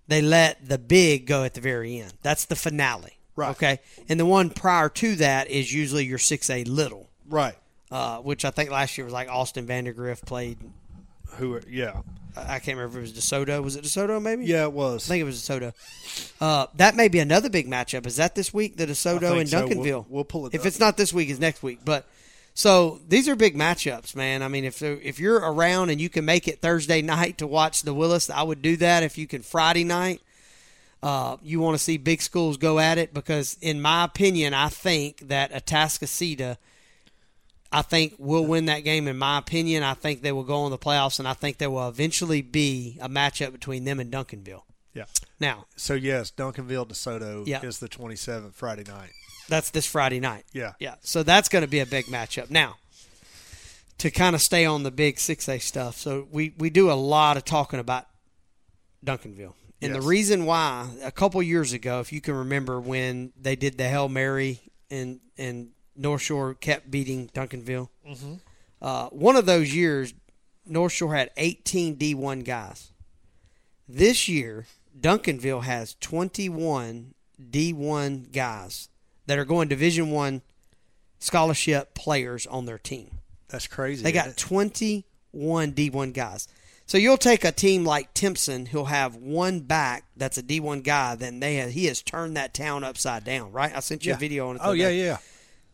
they let the big go at the very end. That's the finale. Right. Okay. And the one prior to that is usually your six A little, Right. uh, which I think last year was like Austin Vandergriff played. Who? Are, yeah. I I can't remember if it was DeSoto. Was it DeSoto? Maybe. Yeah, it was. I think it was DeSoto. Uh, that may be another big matchup. Is that this week? The DeSoto I and think so. Duncanville. We'll- we'll pull it If up. it's not this week, it's next week. But so these are big matchups, man. I mean, if there- if you're around and you can make it Thursday night to watch the Willis, I would do that. If you can Friday night, uh, you want to see big schools go at it because, in my opinion, I think that Atascocita. I think will win that game. In my opinion, I think they will go on the playoffs, and I think there will eventually be a matchup between them and Duncanville. yeah. Now, So yes, Duncanville DeSoto Yeah. is the 27th Friday night. That's this Friday night. Yeah. Yeah. So that's going to be a big matchup. Now, to kind of stay on the big 6A stuff, so we, we do a lot of talking about Duncanville. Yes. And the reason why, a couple years ago, if you can remember when they did the Hail Mary and, and North Shore kept beating Duncanville, mm-hmm. uh, one of those years, North Shore had 18 D1 guys. This year, Duncanville has 21 D1 guys that are going Division 1 scholarship players on their team. That's crazy. They isn't got it? 21 D1 guys. So you'll take a team like Timpson who'll have one back that's a D1 guy then they have, he has turned that town upside down, right? I sent you Yeah. a video on it. the Oh other yeah, day. yeah.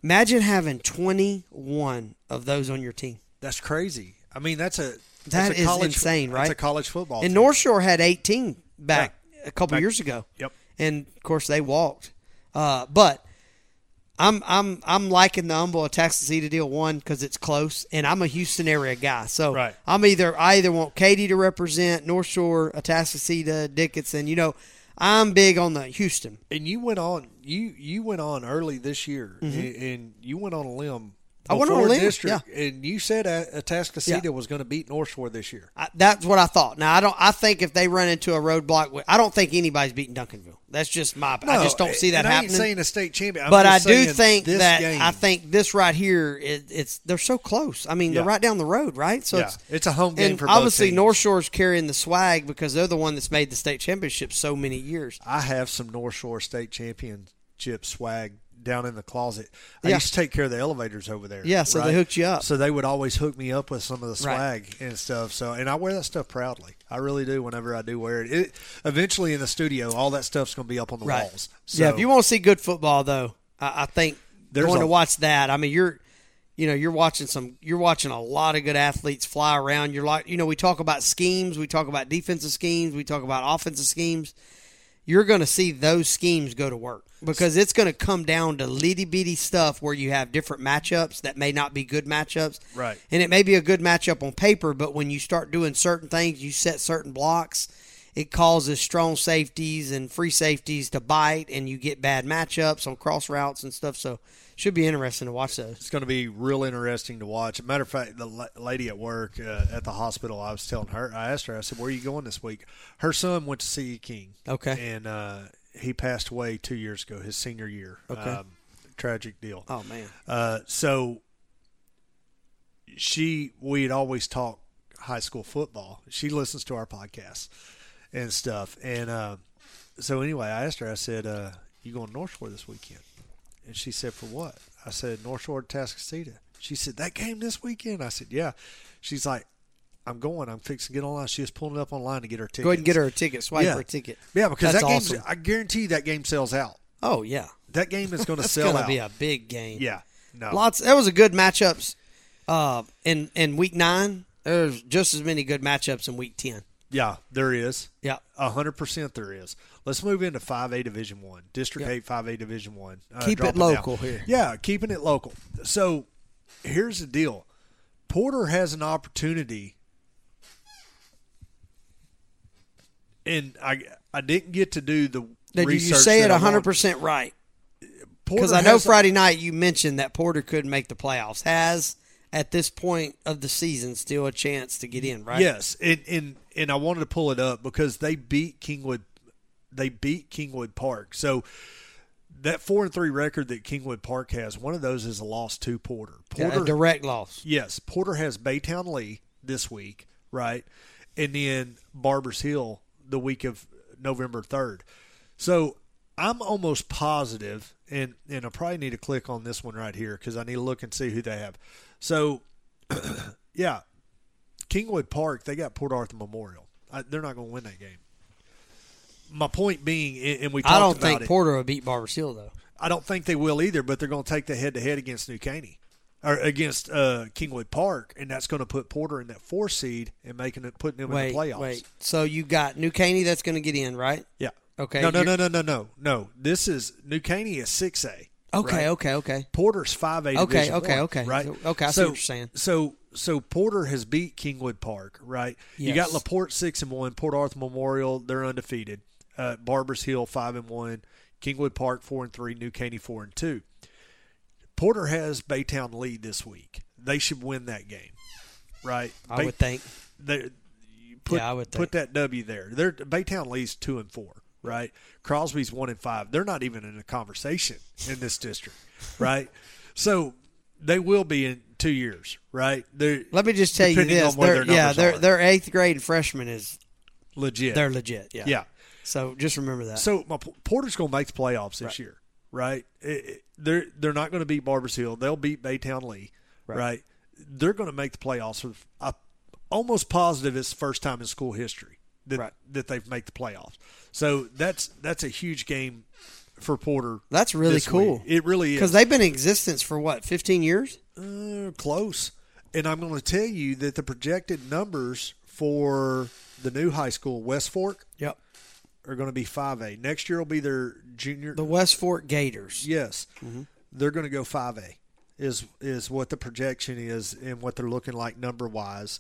Imagine having 21 of those on your team. That's crazy. I mean, that's a That that's a is college, insane, right? That's a college football. And team. North Shore had 18 back a couple Back- years ago. Yep. And of course they walked. Uh, but I'm I'm I'm liking the humble Atascocita deal one because it's close, and I'm a Houston area guy, so Right. I'm either I either want Katie to represent North Shore, Atascocita, Dickinson. You know, I'm big on the Houston. And you went on you you went on early this year, and, and you went on a limb. Mm-hmm. I went on a before limb, district, and you said A- Atascocita Yeah. was going to beat North Shore this year. I, that's what I thought. Now I don't. I think if they run into a roadblock, with- I don't think anybody's beating Duncanville. That's just my. I just don't see that and I ain't happening. saying a state champion, I'm but I just do saying think this that game, I think this right here, it, it's they're so close. I mean, they're Yeah. right down the road, right? So Yeah. It's a home game and for both obviously teams. North Shore's carrying the swag because they're the one that's made the state championship so many years. I have some North Shore state championship swag down in the closet. I Yeah. used to take care of the elevators over there. Yeah, so they hooked you up. So they would always hook me up with some of the Right. swag and stuff. So and I wear that stuff proudly. I really do. Whenever I do wear it, it eventually in the studio, all that stuff's going to be up on the walls. So, yeah, if you want to see good football, though, I, I think There's going a- to watch that. I mean, you're, you know, you're watching some, you're watching a lot of good athletes fly around. You're like, you know, we talk about schemes, we talk about defensive schemes, we talk about offensive schemes. You're going to see those schemes go to work because it's going to come down to litty bitty stuff where you have different matchups that may not be good matchups. Right. And it may be a good matchup on paper, but when you start doing certain things, you set certain blocks, it causes strong safeties and free safeties to bite, and you get bad matchups on cross routes and stuff. So, should be interesting to watch those. It's going to be real interesting to watch. matter of fact, the la- lady at work uh, at the hospital, I was telling her, I asked her, I said, "Where are you going this week?" Her son went to CE King. Okay. and uh, he passed away two years ago, his senior year. Um, Okay. tragic deal. Oh man, Uh, so she, we had always talked high school football. She listens to our podcast and stuff. And uh, so anyway, I asked her. I said, uh, "You going to North Shore this weekend?" And she said, "For what?" I said, "North Shore to Tascasita." She said, "That game this weekend." I said, "Yeah." She's like, "I'm going. I'm fixing to get online." She was pulling it up online to get her ticket. go ahead and get her a ticket. Swipe yeah. her a ticket. Yeah, because That's that game. awesome. I guarantee you that game sells out. Oh yeah, That game is going to (laughs) that's sell gonna out. be a big game. yeah. No. Oh. lots. That was a good matchups. Uh, in in week nine, there's just as many good matchups in week ten. Yeah, there is. Yeah. A hundred percent there is. Let's move into five A Division One, District Eight, five A Division One. Uh, Keep it drop down. local here. Yeah, keeping it local. So here's the deal: Porter has an opportunity, and I I didn't get to do the. Now, do you research say it that I wanted- hundred percent right? Porter Because I know has a- Friday night you mentioned that Porter could make the playoffs. Has at this point of the season still a chance to get in, right? Yes, and and and I wanted to pull it up because they beat Kingwood, they beat Kingwood Park. So that four and three record that Kingwood Park has, one of those is a loss to Porter. Yeah, Porter, a direct loss. yes, Porter has Baytown Lee this week, right, and then Barbers Hill the week of November third. So I'm almost positive, and and I probably need to click on this one right here because I need to look and see who they have. So (clears throat) yeah, Kingwood Park, they got Port Arthur Memorial. I, they're not going to win that game. My point being, and and we talked I don't about think it, Porter will beat Barber Seal though. I don't think they will either, but they're going to take the head to head against New Caney or against uh, Kingwood Park, and that's going to put Porter in that four seed and making it putting them Wait, in the playoffs. wait. So you got New Caney that's going to get in, right? Yeah. Okay, No, no, no, you're- no, no, no, no. This is New Caney is six A. Okay, okay, okay. Porter's five A. Okay, okay, okay. Right. So- okay, I see so, what you're saying. So, so Porter has beat Kingwood Park, right? You got Yes. Laporte six and one. Port Arthur Memorial, they're undefeated. Uh, Barbers Hill five and one. Kingwood Park four and three. New Caney four and two. Porter has Baytown lead this week. They should win that game, right? I Bay- would think. they you put Yeah, I would put that W there. They're Baytown leads two and four, right? Crosby's one and five. They're not even in a conversation in this district, (laughs) right? So they will be in two years, right? They're Let me just tell you Depending this. on where Their, their yeah, numbers their are. their eighth grade freshman is legit. they're legit. Yeah. yeah. So just remember that. So my Porter's going to make the playoffs this year, right? It, it- they're they're not going to beat Barbers Hill. They'll beat Baytown Lee, right? They're going to make the playoffs. With, I'm almost positive it's the first time in school history that Right. that they've made the playoffs. So that's that's a huge game for Porter. That's really this cool. week. It really Because is they've been in existence for what, 15 years? uh, close. And I'm going to tell you that the projected numbers for the new high school West Fork Yep. are going to be 5A. Next year will be their junior The West Fork Gators. Yes, Mm-hmm. they're going to go five A, is is what the projection is and what they're looking like number wise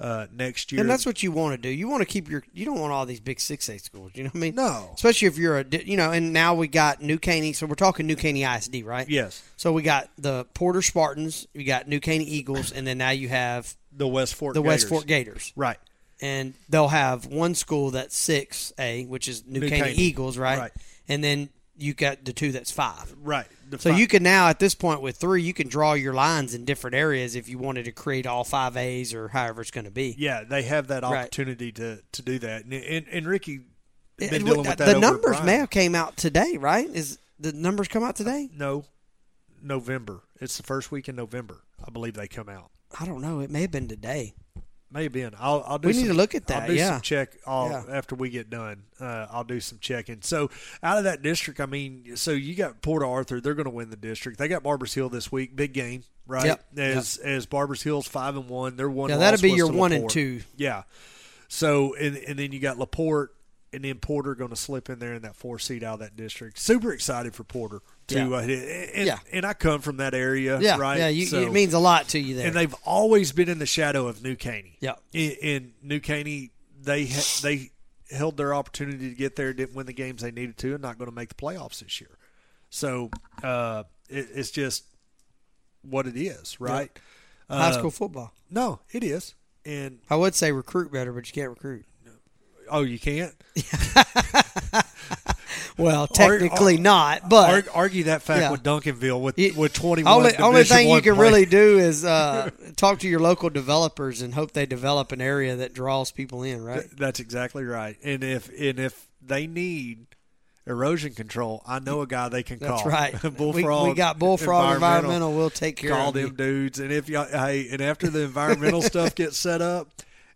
uh, next year. And that's what you want to do. You want to keep your. You don't want all these big six eight schools. You know what I mean? No. Especially if you're a. di- You know, and now we got New Caney. So we're talking New Caney ISD, right? yes, So we got the Porter Spartans. You got New Caney Eagles, and then now you have the West Fork. the West Gators. Fork Gators. Right. and they'll have one school that's six A, which is New, New Caney, Caney, Eagles, right? right. And then you got the two that's five. Right. The So fi- you can now at this point with three, you can draw your lines in different areas if you wanted to create all five A's or however it's going to be. yeah, they have that Right. opportunity to to do that, and and, and Ricky been And dealing what- with that. eh, uh, the over numbers Brian. may have came out today, right? Is the numbers come out today? no November. It's the first week in November, I believe they come out. I don't know. It may have been today. May have been. I'll, I'll do. We some, need to look at I'll that, do yeah. some check. I'll, Yeah. after we get done. Uh, I'll do some checking. So out of that district, I mean, so you got Port Arthur. They're going to win the district. They got Barbers Hill this week. Big game, right? Yep. As as Barbers Hill's five and one. They're one. Yeah, loss that'll be was your to one and LaPorte. two. Yeah. So and and then you got Laporte. And then Porter going to slip in there in that four seed out of that district. Super excited for Porter to Yeah. uh, hit- and, Yeah. and I come from that area, Yeah, right? yeah. You, So- It means a lot to you there. and they've always been in the shadow of New Caney. Yeah. In, in New Caney, they ha- they held their opportunity to get there, didn't win the games they needed to, and not going to make the playoffs this year. So uh, it, it's just what it is, right? uh, High school football. No, it is. And I would say recruit better, but you can't recruit. oh, you can't Well, technically not, but Ar- argue that fact Yeah. with Duncanville with You- with twenty one. Only, only thing you can really (laughs) do is uh, talk to your local developers and hope they develop an area that draws people in, right? That's exactly right. And if and if they need erosion control, I know a guy they can That's call. (laughs) right. bullfrog. we, we got Bullfrog Environmental. We'll take care Call of you. them dudes. And if y'all hey, and after (laughs) the environmental stuff gets set up,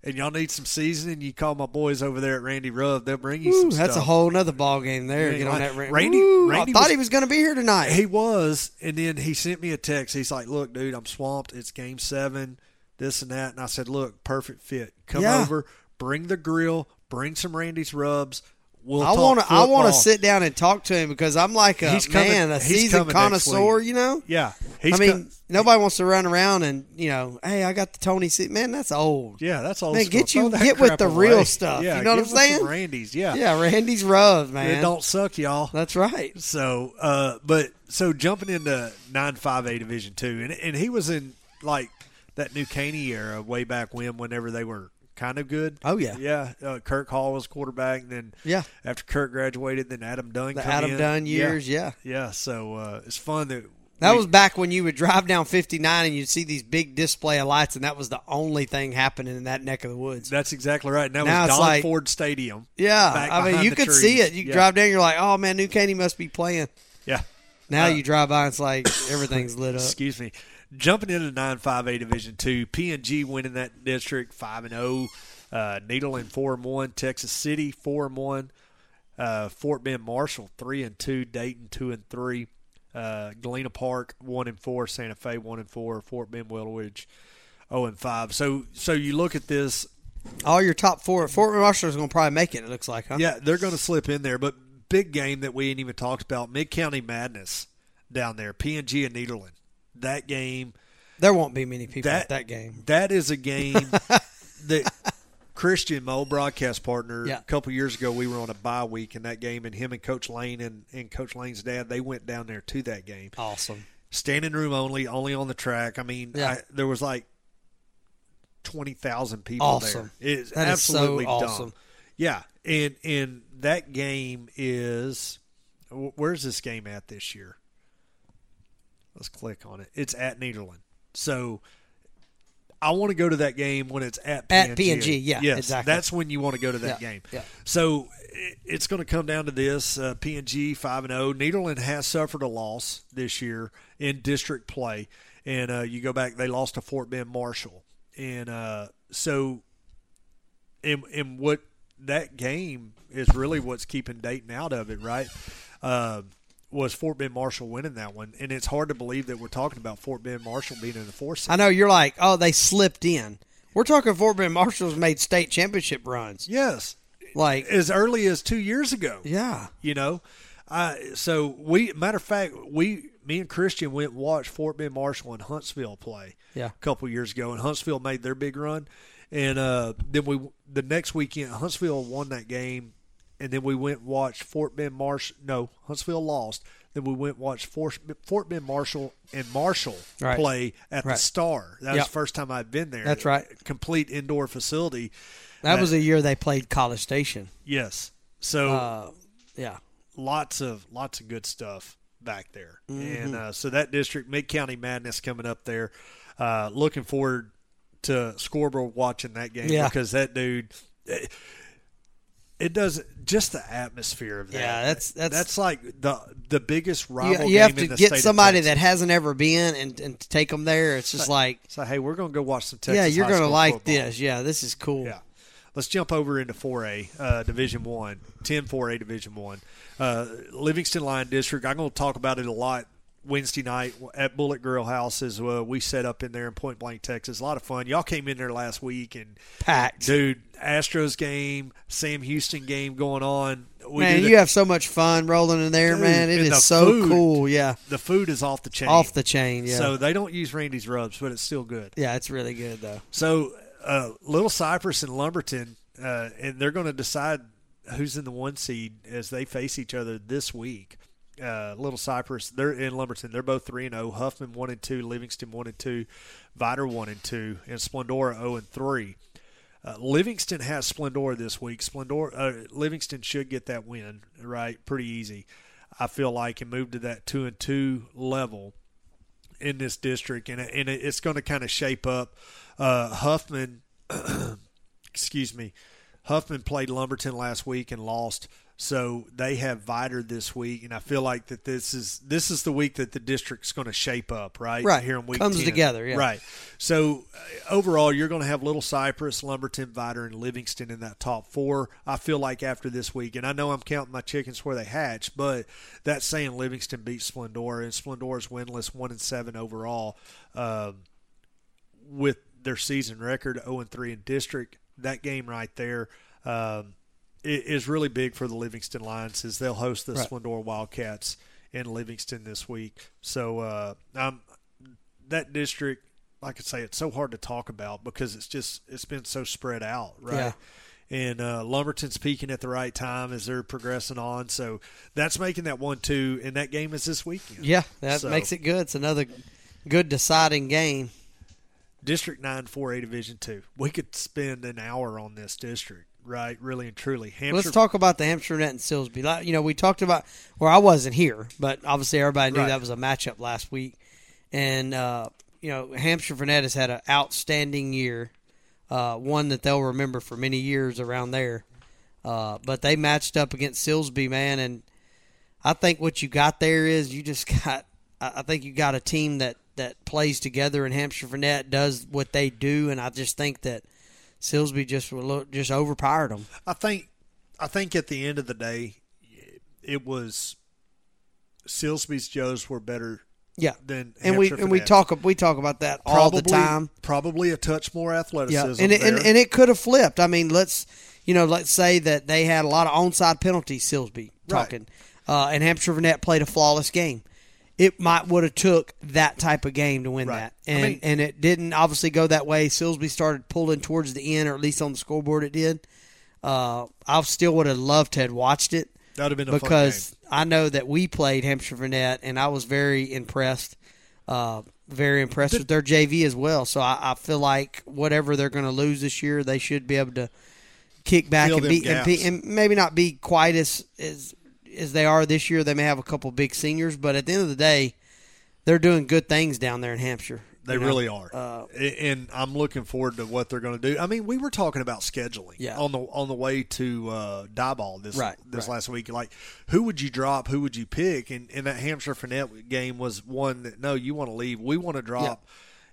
and y'all need some seasoning, you call my boys over there at Randy Rubb. They'll bring you some. Ooh, that's a stuff. whole nother ball game there. Yeah, Get on like, that rant. Randy- Ooh, Randy I thought was- he was going to be here tonight. He was, and then he sent me a text. He's like, "Look, dude, I'm swamped. It's game seven, this and that." And I said, "Look, perfect fit. Come Yeah. over, bring the grill, bring some Randy's rubs. We'll I want to. I want want to sit down and talk to him because I'm like a He's coming- man, a he's seasoned coming next connoisseur. week. You know. Yeah, he's I mean, co- nobody wants to run around and you know, hey, I got the Tony seat. Man, that's old. yeah, that's all. Man, school. get you- Throw that get with crap the away. real stuff. Yeah, You know get what I'm with some saying? Randy's. Yeah, Yeah, Randy's rough, man. It don't suck, y'all. That's right. So, uh, but so jumping into nine five A Division Two, and and he was in like that New Caney era way back when, whenever they were kind of good. Oh, yeah. yeah. Uh, Kirk Hall was quarterback, and then Yeah. after Kirk graduated, then Adam Dunn. The come Adam in. Dunn years, yeah. yeah. so uh, it's fun that That we- was back when you would drive down 59 and you'd see these big display of lights, and that was the only thing happening in that neck of the woods. that's exactly right. And that Now was it's Don like- Ford Stadium. yeah, back I mean, behind you the could see trees. it. You Yeah. drive down, you're like, oh man, New Caney must be playing. Yeah. Now Uh, you drive by, and it's like everything's (laughs) lit up. excuse me. Jumping into nine five A Division Two, P and G winning that district five and zero. Uh, Needleland four and one, Texas City four and one, uh, Fort Bend Marshall three and two, Dayton two and three, uh, Galena Park one and four, Santa Fe one and four, Fort Bend Wellridge zero and five. So so you look at this, All your top four. Fort Marshall's going to probably make it, it looks like, huh? yeah, they're going to slip in there. But big game that we ain't even talked about, Mid County Madness down there, P and G and Needleland. That game. There won't be many people at that game. That is a game that Christian, my old broadcast partner, Yeah. a couple years ago, we were on a bye week in that game, and him and Coach Lane and, and Coach Lane's dad, they went down there to that game. Awesome. Standing room only, only on the track. I mean, Yeah. I, there was like 20,000 people Awesome. there. It is That is so absolutely dumb. awesome. Yeah. And, and that game is wh- where's this game at this year? Let's click on it. It's at Nederland. So I want to go to that game when it's at PNG. At PNG, yeah, yes, exactly. That's when you want to go to that Yeah, game. yeah. So it- it's going to come down to this: uh, PNG five and zero. Nederland has suffered a loss this year in district play, and uh, you go back; they lost to Fort Bend Marshall, and uh, so and and what that game is really what's keeping Dayton out of it, right? Uh, was Fort Bend Marshall winning that one? And it's hard to believe that we're talking about Fort Bend Marshall being in the fourth. seed. I know you're like, oh, they slipped in. We're talking Fort Bend Marshall's made state championship runs. Yes, Like, as early as two years ago. yeah. you know. Uh, so we matter of fact, we me and Christian went and watched Fort Bend Marshall and Huntsville play Yeah. a couple years ago, and Huntsville made their big run, And uh, then we the next weekend Huntsville won that game, and then we went and watched Fort Bend Marsh. No, Huntsville lost. Then we went and watched Fort, Fort Bend Marshall and Marshall Right. play at the Right. Star. That was Yep. the first time I'd been there. That's right. Complete indoor facility. That was the year they played College Station. Yes. So Uh, yeah. lots of lots of good stuff back there. Mm-hmm. And uh, so that district, Mid County Madness, coming up there. Uh, looking forward to scoreboard watching that game Yeah. because that dude. It, it does just the atmosphere of that. Yeah, that's- that's- that's like the the biggest rival. You, game you have in to the get state of somebody Texas. that hasn't ever been and, and to take them there. It's just like, So hey, we're gonna go watch some Texas. yeah, you're high going to school like football. this. Yeah, this is cool. Yeah. Let's jump over into 4A, uh, Division 1, 10 4A Division 1. Uh, Livingston Lion District, I'm going to talk about it a lot Wednesday night at Bullet Grill House as well. We set up in there in Point Blank, Texas. A lot of fun. Y'all came in there last week and. Packed. Dude, Astros game, Sam Houston game going on. We man, do the, you have so much fun rolling in there, Dude, man. It and the is so food. cool. Yeah. the food is off the chain. Off the chain. Yeah. So they don't use Randy's rubs, but it's still good. yeah, it's really good, though. So, uh, Little Cypress and Lumberton, uh, and they're going to decide who's in the one seed as they face each other this week. Uh, Little Cypress, they're in Lumberton. They're both three and zero. Huffman one and two. Livingston one and two. Viter one and two. And Splendora zero and three. Uh, Livingston has Splendora this week. Splendora, uh, Livingston should get that win right, pretty easy. I feel like and move to that two and two level in this district, and and it's going to kind of shape up. Uh, Huffman, excuse me, Huffman played Lumberton last week and lost, so they have Viter this week, and I feel like that this is this is the week that the district's going to shape up, right? Right. here in week Comes 10. together, yeah. right. So uh, overall, you're going to have Little Cypress, Lumberton, Viter, and Livingston in that top four. I feel like after this week, and I know I'm counting my chickens where they hatch, but that's saying Livingston beats Splendora, and Splendora's winless, one and seven overall. Um, with their season record 0 and 3 in district. That game right there um, i- is really big for the Livingston Lions as they'll host the Splendor Wildcats in Livingston this week. So uh, I'm, that district, like I say, it's so hard to talk about because it's just it's been so spread out, right? Yeah. And uh, Lumberton's peaking at the right time as they're progressing on, so that's making that one-two, and that game is this weekend. Yeah, that So- makes it good. It's another good deciding game. District 9 4A Division 2. We could spend an hour on this district, right? Really and truly. Hampshire, Let's talk about the Hampshire Net and Silsby. Like, you know, we talked about where I wasn't here, but obviously everybody knew Right. that was a matchup last week. And uh, you know, Hampshire Fernet has had an outstanding year, uh, one that they'll remember for many years around there. Uh, but they matched up against Silsby, man, and I think what you got there is you just (laughs) got. I I think you got a team that that plays together in Hampshire Fernet does what they do, and I just think that Silsby just were a little- just overpowered them. I think I think at the end of the day it was Silsby's Joes were better Yeah. than and we Hampshire and we Finette. talk we talk about that all probably, the time. Probably a touch more Yeah. athleticism. And it, and, there. and it could have flipped. I mean, let's you know, let's say that they had a lot of onside penalties. Silsby talking, uh, and Hampshire Vernet played a flawless game. It might would have took that type of game to win Right. that, I and mean- and it didn't obviously go that way. Silsby started pulling towards the end, or at least on the scoreboard it did. Uh, I still would have loved to have watched it that would have been a because I know that we played Hampshire Vernet, and I was very impressed. Uh, very impressed with their JV as well. So I, I feel like whatever they're going to lose this year, they should be able to kick back Fill and them be, and be gaps. and maybe not be quite as as as they are this year. They may have a couple big seniors, but at the end of the day, they're doing good things down there in Hampshire. They you know? really are, Uh, A- and I'm looking forward to what they're going to do. I mean, we were talking about scheduling Yeah. on the on the way to uh, die ball this Right, this right. last week. Like, who would you drop? Who would you pick? And and that Hampshire Finette game was one that no, you want to leave. We want to drop.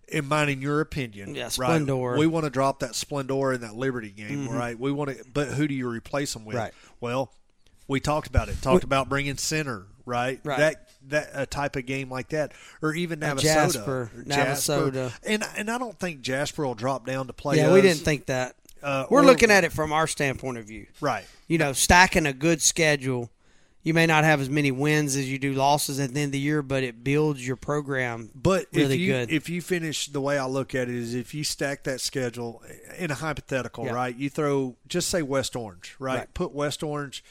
In mine, in your opinion, Yeah, right? Splendor. Mm-hmm. We want to drop that Splendor and that Liberty game, right? We want to, but who do you replace them with? Right. Well, we talked about it. Talked about bringing center, right? Right. That that a type of game like that, or even Navasota, Jasper, Navasota. and and I don't think Jasper will drop down to play. Yeah, we us. didn't think that. Uh, We're or- looking at it from our standpoint of view. right. you know, stacking a good schedule. you may not have as many wins as you do losses at the end of the year, but it builds your program. But really if you good. if you finish the way I look at it is if you stack that schedule in a hypothetical, Yeah. right? You throw just say West Orange, right? Right. Put West Orange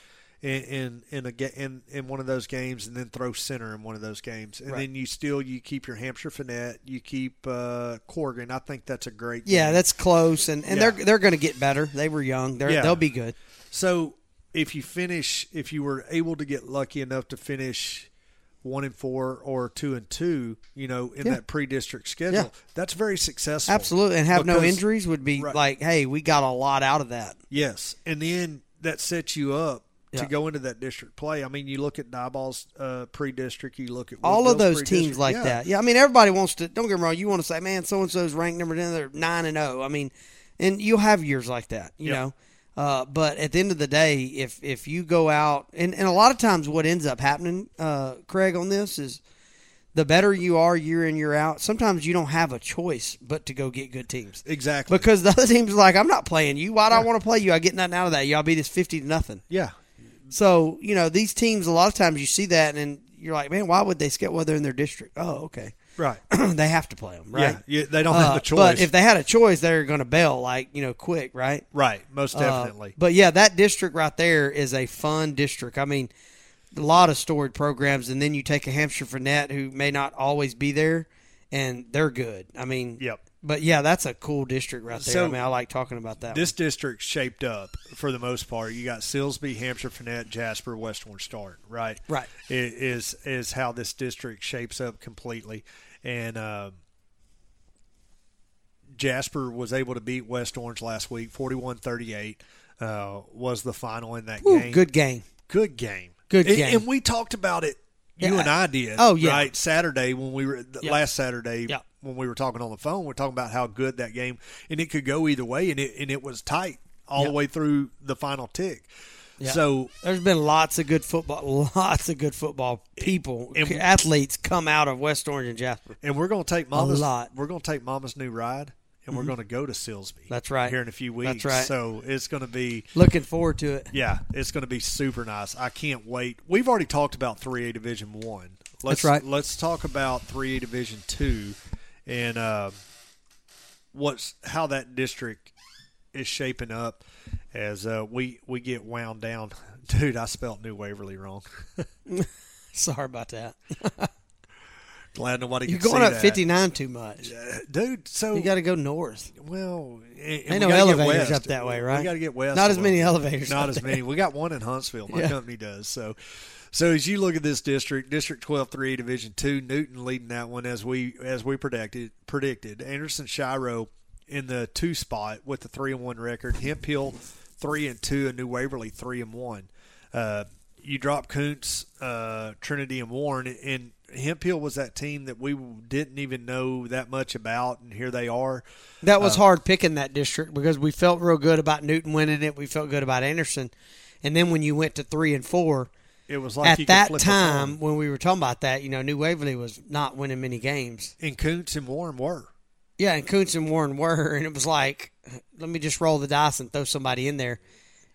in in in, a, ga- in in one of those games, and then throw Center in one of those games, and Right. then you still you keep your Hampshire Finette, you keep uh, Corgan. I think that's a great yeah, game. that's close, and, and Yeah. they're they're going to get better. They were young; they're, Yeah. they'll be good. So if you finish, if you were able to get lucky enough to finish one and four or two and two, you know, in Yeah. that pre-district schedule, Yeah. that's very successful. Absolutely, and have no Because- injuries would be Right. like, hey, we got a lot out of that. Yes, and then that sets you up Yeah. to go into that district play. I mean, you look at Dieball's uh, pre-district, you look at All of Woodville's those teams pre-district. like Yeah. that. Yeah, I mean, everybody wants to. Don't get me wrong. You want to say, man, so and so's ranked number ten. They're nine and zero. I mean, and you'll have years like that. You Yeah. know. Uh, but at the end of the day, if if you go out and, and a lot of times what ends up happening, uh, Craig, on this is the better you are year in year out. Sometimes you don't have a choice but to go get good teams. Exactly. Because the other team's like, I'm not playing you. Why do I want to play you? I get nothing out of that. Y'all beat us 50 to nothing. yeah. So, you know, these teams, a lot of times you see that and you're like, man, why would they skip? Well, they're in their district. Oh, okay. Right. (clears throat) they have to play them, right? Yeah. You, they don't have Uh, a choice. But if they had a choice, they're going to bail, like, you know, quick, right? right. Most Uh, definitely. but yeah, that district right there is a fun district. I mean, a lot of storied programs, and then you take a Hampshire Finette who may not always be there, and they're good. I mean, Yep. But yeah, that's a cool district right there. So- I mean, I like talking about that. this district's shaped up for the most part. You got Silsby, Hampshire, Finette, Jasper, Western Start, right? Right. I- Is is how this district shapes up completely, and um, Jasper was able to beat West Orange last week, 41-38 uh, was the final in that one. Ooh, game. good game. good game, Good And- game. And we talked about it. You Yeah. and I did. Oh, yeah. Right Saturday when we were th- Yeah. last Saturday Yeah. when we were talking on the phone, we're talking about how good that game and it could go either way, and it and it was tight all Yeah. the way through the final tick. Yeah. So There's been lots of good football, (laughs) lots of good football people, And- athletes come out of West Orange and Jasper. and we're gonna take mama's lot. Mm-hmm. we're gonna take mama's new ride. And we're going to go to Silsby. That's right. Here in a few weeks. That's right. So it's going to be, Looking forward to it. (laughs) yeah, it's going to be super nice. I can't wait. We've already talked about three A Division One. Let's right. let's talk about three A Division Two, and uh, what's how that district is shaping up as uh, we we get wound down. (laughs) Dude, I spelt New Waverly wrong. (laughs) Sorry about that. Glad nobody You're could going see up that. Uh, 59 too much. dude. So You got to go north. well, and, and we Ain't gotta no get elevators west. up that way, right? We got to get west. Not a as little many bit. elevators Not up as many. We got one in Huntsville. My Yeah. company does. So, so as you look at this district, District 12, 3A Division Two, Newton leading that one as we as we predicted. Predicted Anderson Shiro in the two spot with the three and one record. Hemp Hill three and two, and New Waverly three and one. Uh, you drop Koontz, uh, Trinity, and Warren, and Hemp Hill was that team that we didn't even know that much about, and here they are. That Uh, was hard picking that district because we felt real good about Newton winning it. We felt good about Anderson, and then when you went to three and four, It was like you at could that flip a time phone. when we were talking about that, you know, New Waverly was not winning many games. and Koontz and Warren were. Yeah, and Koontz and Warren were, and it was like, let me just roll the dice and throw somebody in there.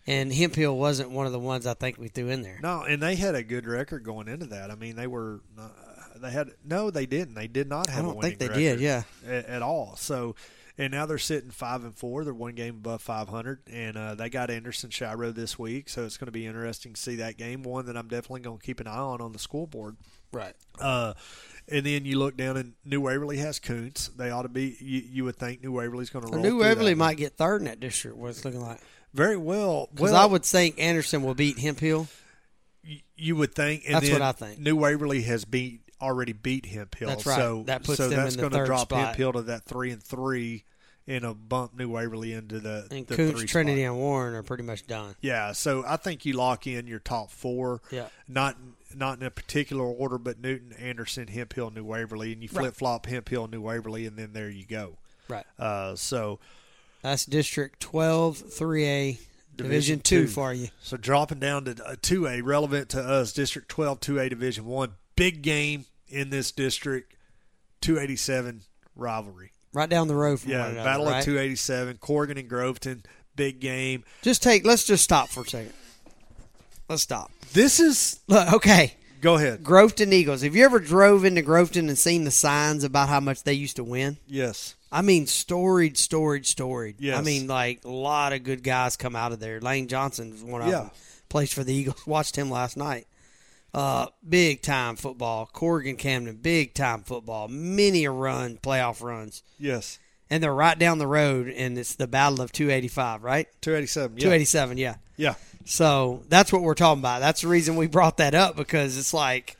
And Hemp Hill wasn't one of the ones I think we threw in there. No, and they had a good record going into that. I mean, they were uh, they had no, they didn't. They did not have. I a don't winning think they record did. Yeah, at, at all. So, and now they're sitting five and four. They're one game above five hundred, and uh, they got Anderson Shiro this week. So it's going to be interesting to see that game. One that I'm definitely going to keep an eye on on the school board. right. Uh, and then you look down, and New Waverly has Coons. They ought to be. You, you would think New Waverly's going to roll. New through that Waverly one. might get third in that district. What it's looking like. very well. Because well, I would think Anderson will beat Hemp Hill. y- you would think. And That's then what I think. New Waverly has beat already beat Hemp Hill. That's right. So That puts so them that's in the gonna third drop Hemp spot. Hill to that three and three, and a bump New Waverly into the And the Cooch, three Trinity, spot. and Warren are pretty much done. Yeah, so I think you lock in your top four. Yeah. Not not in a particular order, but Newton, Anderson, Hemp Hill, New Waverly, and you Right. flip flop Hemp Hill, New Waverly, and then there you go. Right. Uh, so That's District 12, 3A, Division, Division 2 two. for you. So dropping down to uh, two A, relevant to us, District 12, 2A Division One, big game in this district, 287 rivalry. Right down the road from one Yeah, another. Battle right? of 287, Corgan and Groveton, big game. Just take, let's just stop for a second. Let's stop. This is. Look, okay. Go ahead. Groveton Eagles. Have you ever drove into Groveton and seen the signs about how much they used to win? Yes. I mean, storied, storied, storied. Yes. I mean, like a lot of good guys come out of there. Lane Johnson was one of Yeah. them. Plays for the Eagles. (laughs) Watched him last night. Uh, big time football. Corrigan Camden, big time football. Many a run, playoff runs, Yes. and they're right down the road, and it's the Battle of 285, right? 287. Yeah. 287, yeah. Yeah. So that's what we're talking about. That's the reason we brought that up because it's like,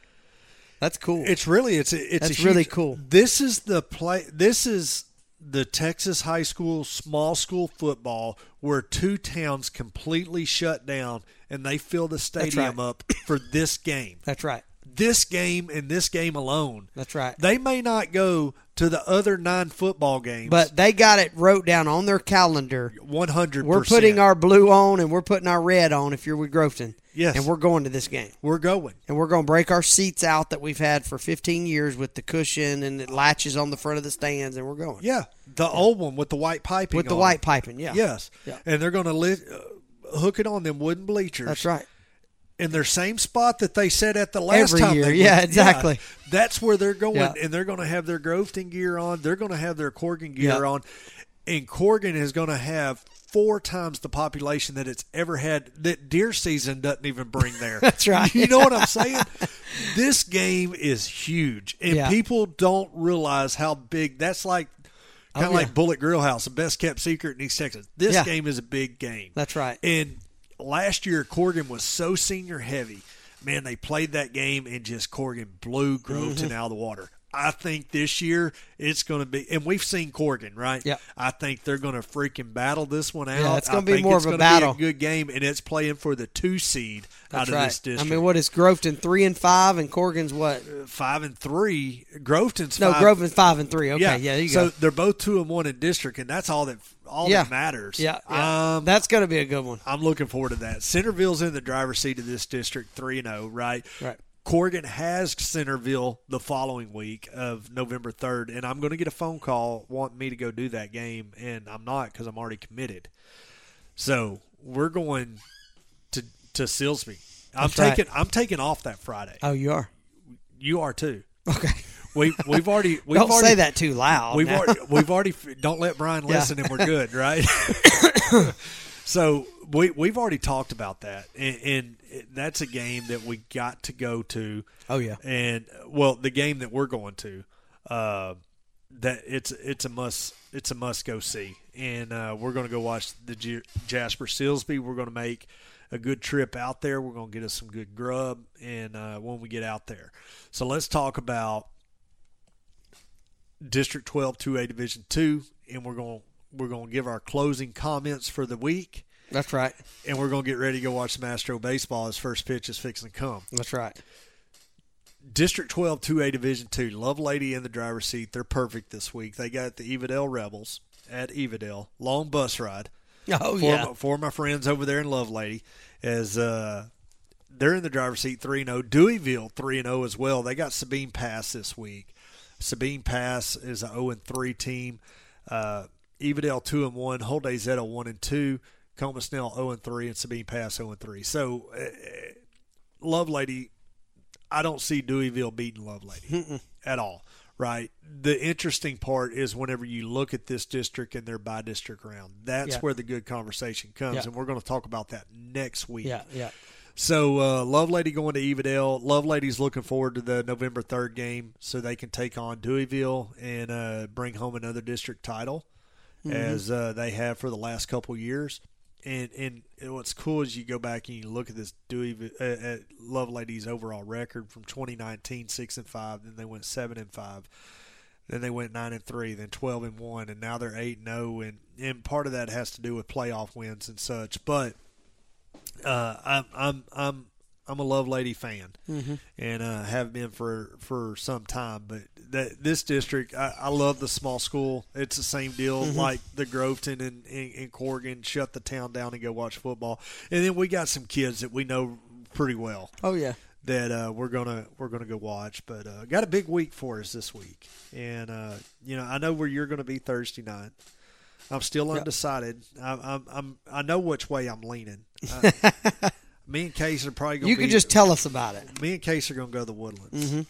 that's cool. It's really it's a, it's a That's really huge- cool. This is the play. This is the Texas high school small school football where two towns completely shut down and they fill the stadium up for this game. that's right. This game and this game alone. That's right. They may not go to the other nine football games, But they got it wrote down on their calendar. one hundred. We're putting our blue on and we're putting our red on if you're with Groveton. Yes. And we're going to this game. we're going. And we're going to break our seats out that we've had for 15 years with the cushion and it latches on the front of the stands and we're going. Yeah, the old one with the white piping. With the on it. white piping. Yeah. Yes, Yeah. and they're going to li- uh, hook it on them wooden bleachers. That's right. in their same spot that they sat at the last Every time. year. they Yeah, went. exactly. that's where they're going, Yeah. and they're going to have their Groveton gear on. They're going to have their Corgan gear Yeah. on, and Corgan is going to have four times the population that it's ever had. That deer season doesn't even (laughs) bring there. That's right. You know what I'm saying? this game is huge, and Yeah. people don't realize how big. That's like. Kind of Oh, yeah. like Bullet Grill House, the best kept secret in East Texas. This Yeah. game is a big game. That's right. And last year, Corgan was so senior heavy. Man, they played that game and just Corgan blew Groveton Mm-hmm. out of the water. I think this year it's going to be, and we've seen Corgan, right? Yeah. I think they're going to freaking battle this one out. Yeah, it's I gonna be think more it's of a gonna battle. Be a good game, and it's playing for the two seed out That's of right. this district. I mean, what is Groveton 3 and 5 and Corgan's what? five and three, Groveton's No, five, Groveton's 5 and 3. Okay. Yeah, there you so go. they're both two and one in district, and that's all that all yeah. that matters. Yeah. yeah. Um, That's going to be a good one. I'm looking forward to that. Centerville's in the driver's seat of this district, three and zero, right? Right. Corgan has Centerville the following week of November third, and I'm going to get a phone call wanting me to go do that game, and I'm not because I'm already committed. So we're going to to Silsby. I'm That's right. taking I'm taking off that Friday. Oh, you are. You are too. Okay. We we've already we've Don't already, say that too loud. We've now. already, we've already don't let Brian Yeah. listen and we're good, right? so we we've already talked about that, and, and that's a game that we got to go to, (laughs) Oh yeah. and uh, well, the game that we're going to, uh, that it's it's a must it's a must go see, and uh, we're going to go watch the J- Jasper Silsby. We're going to make a good trip out there. We're going to get us some good grub, and uh, when we get out there, so let's talk about District 12 2A Division 2 and we're going to we're going to give our closing comments for the week That's right. and we're going to get ready to go watch some Astro baseball his first pitch is fixing to come. That's right. District 12 2A Division 2 Love Lady in the driver's seat. They're perfect this week. They got the Evadale Rebels at Evadale. Long bus ride Oh for, yeah. my, for my friends over there in Love Lady as uh, they're in the driver's seat 3 0. Deweyville 3 0 as well. They got Sabine Pass this week. Sabine Pass is a 0 3 team. Uh, Evadale 2 and 1. Holday Zeta 1 and 2. Coma Snell 0 and 3. And Sabine Pass 0 and 3. So, uh, Love Lady, I don't see Deweyville beating Love Lady at all. Right. The interesting part is whenever you look at this district and their by district round, that's Yeah. where the good conversation comes. Yeah. And we're going to talk about that next week. Yeah, yeah. So, uh, Love Lady going to Evadale. Love Lady's looking forward to the November 3rd game so they can take on Deweyville and uh, bring home another district title as uh, they have for the last couple years. And, and what's cool is you go back and you look at this Dewey uh, at Love Lady's overall record from 2019, six and five. Then they went seven and five. Then they went nine and three, then twelve and one, and now they're eight and zero. And and part of that has to do with playoff wins and such. But uh, I'm I'm I'm I'm a Love Lady fan, and uh, have been for for some time. But that this district, I, I love the small school. It's the same deal like the Groveton and, and, and Corgan. Shut the town down and go watch football. And then we got some kids that we know pretty well Oh yeah. that uh, we're gonna we're gonna go watch. But uh, got a big week for us this week, and uh, you know I know where you're gonna be Thursday night. (laughs) I'm still undecided. I, I'm, I'm I know which way I'm leaning. I, Uh, Me and Case are probably going. You could just Mm-hmm. tell us about it. me and Case are going to go to the Woodlands uh,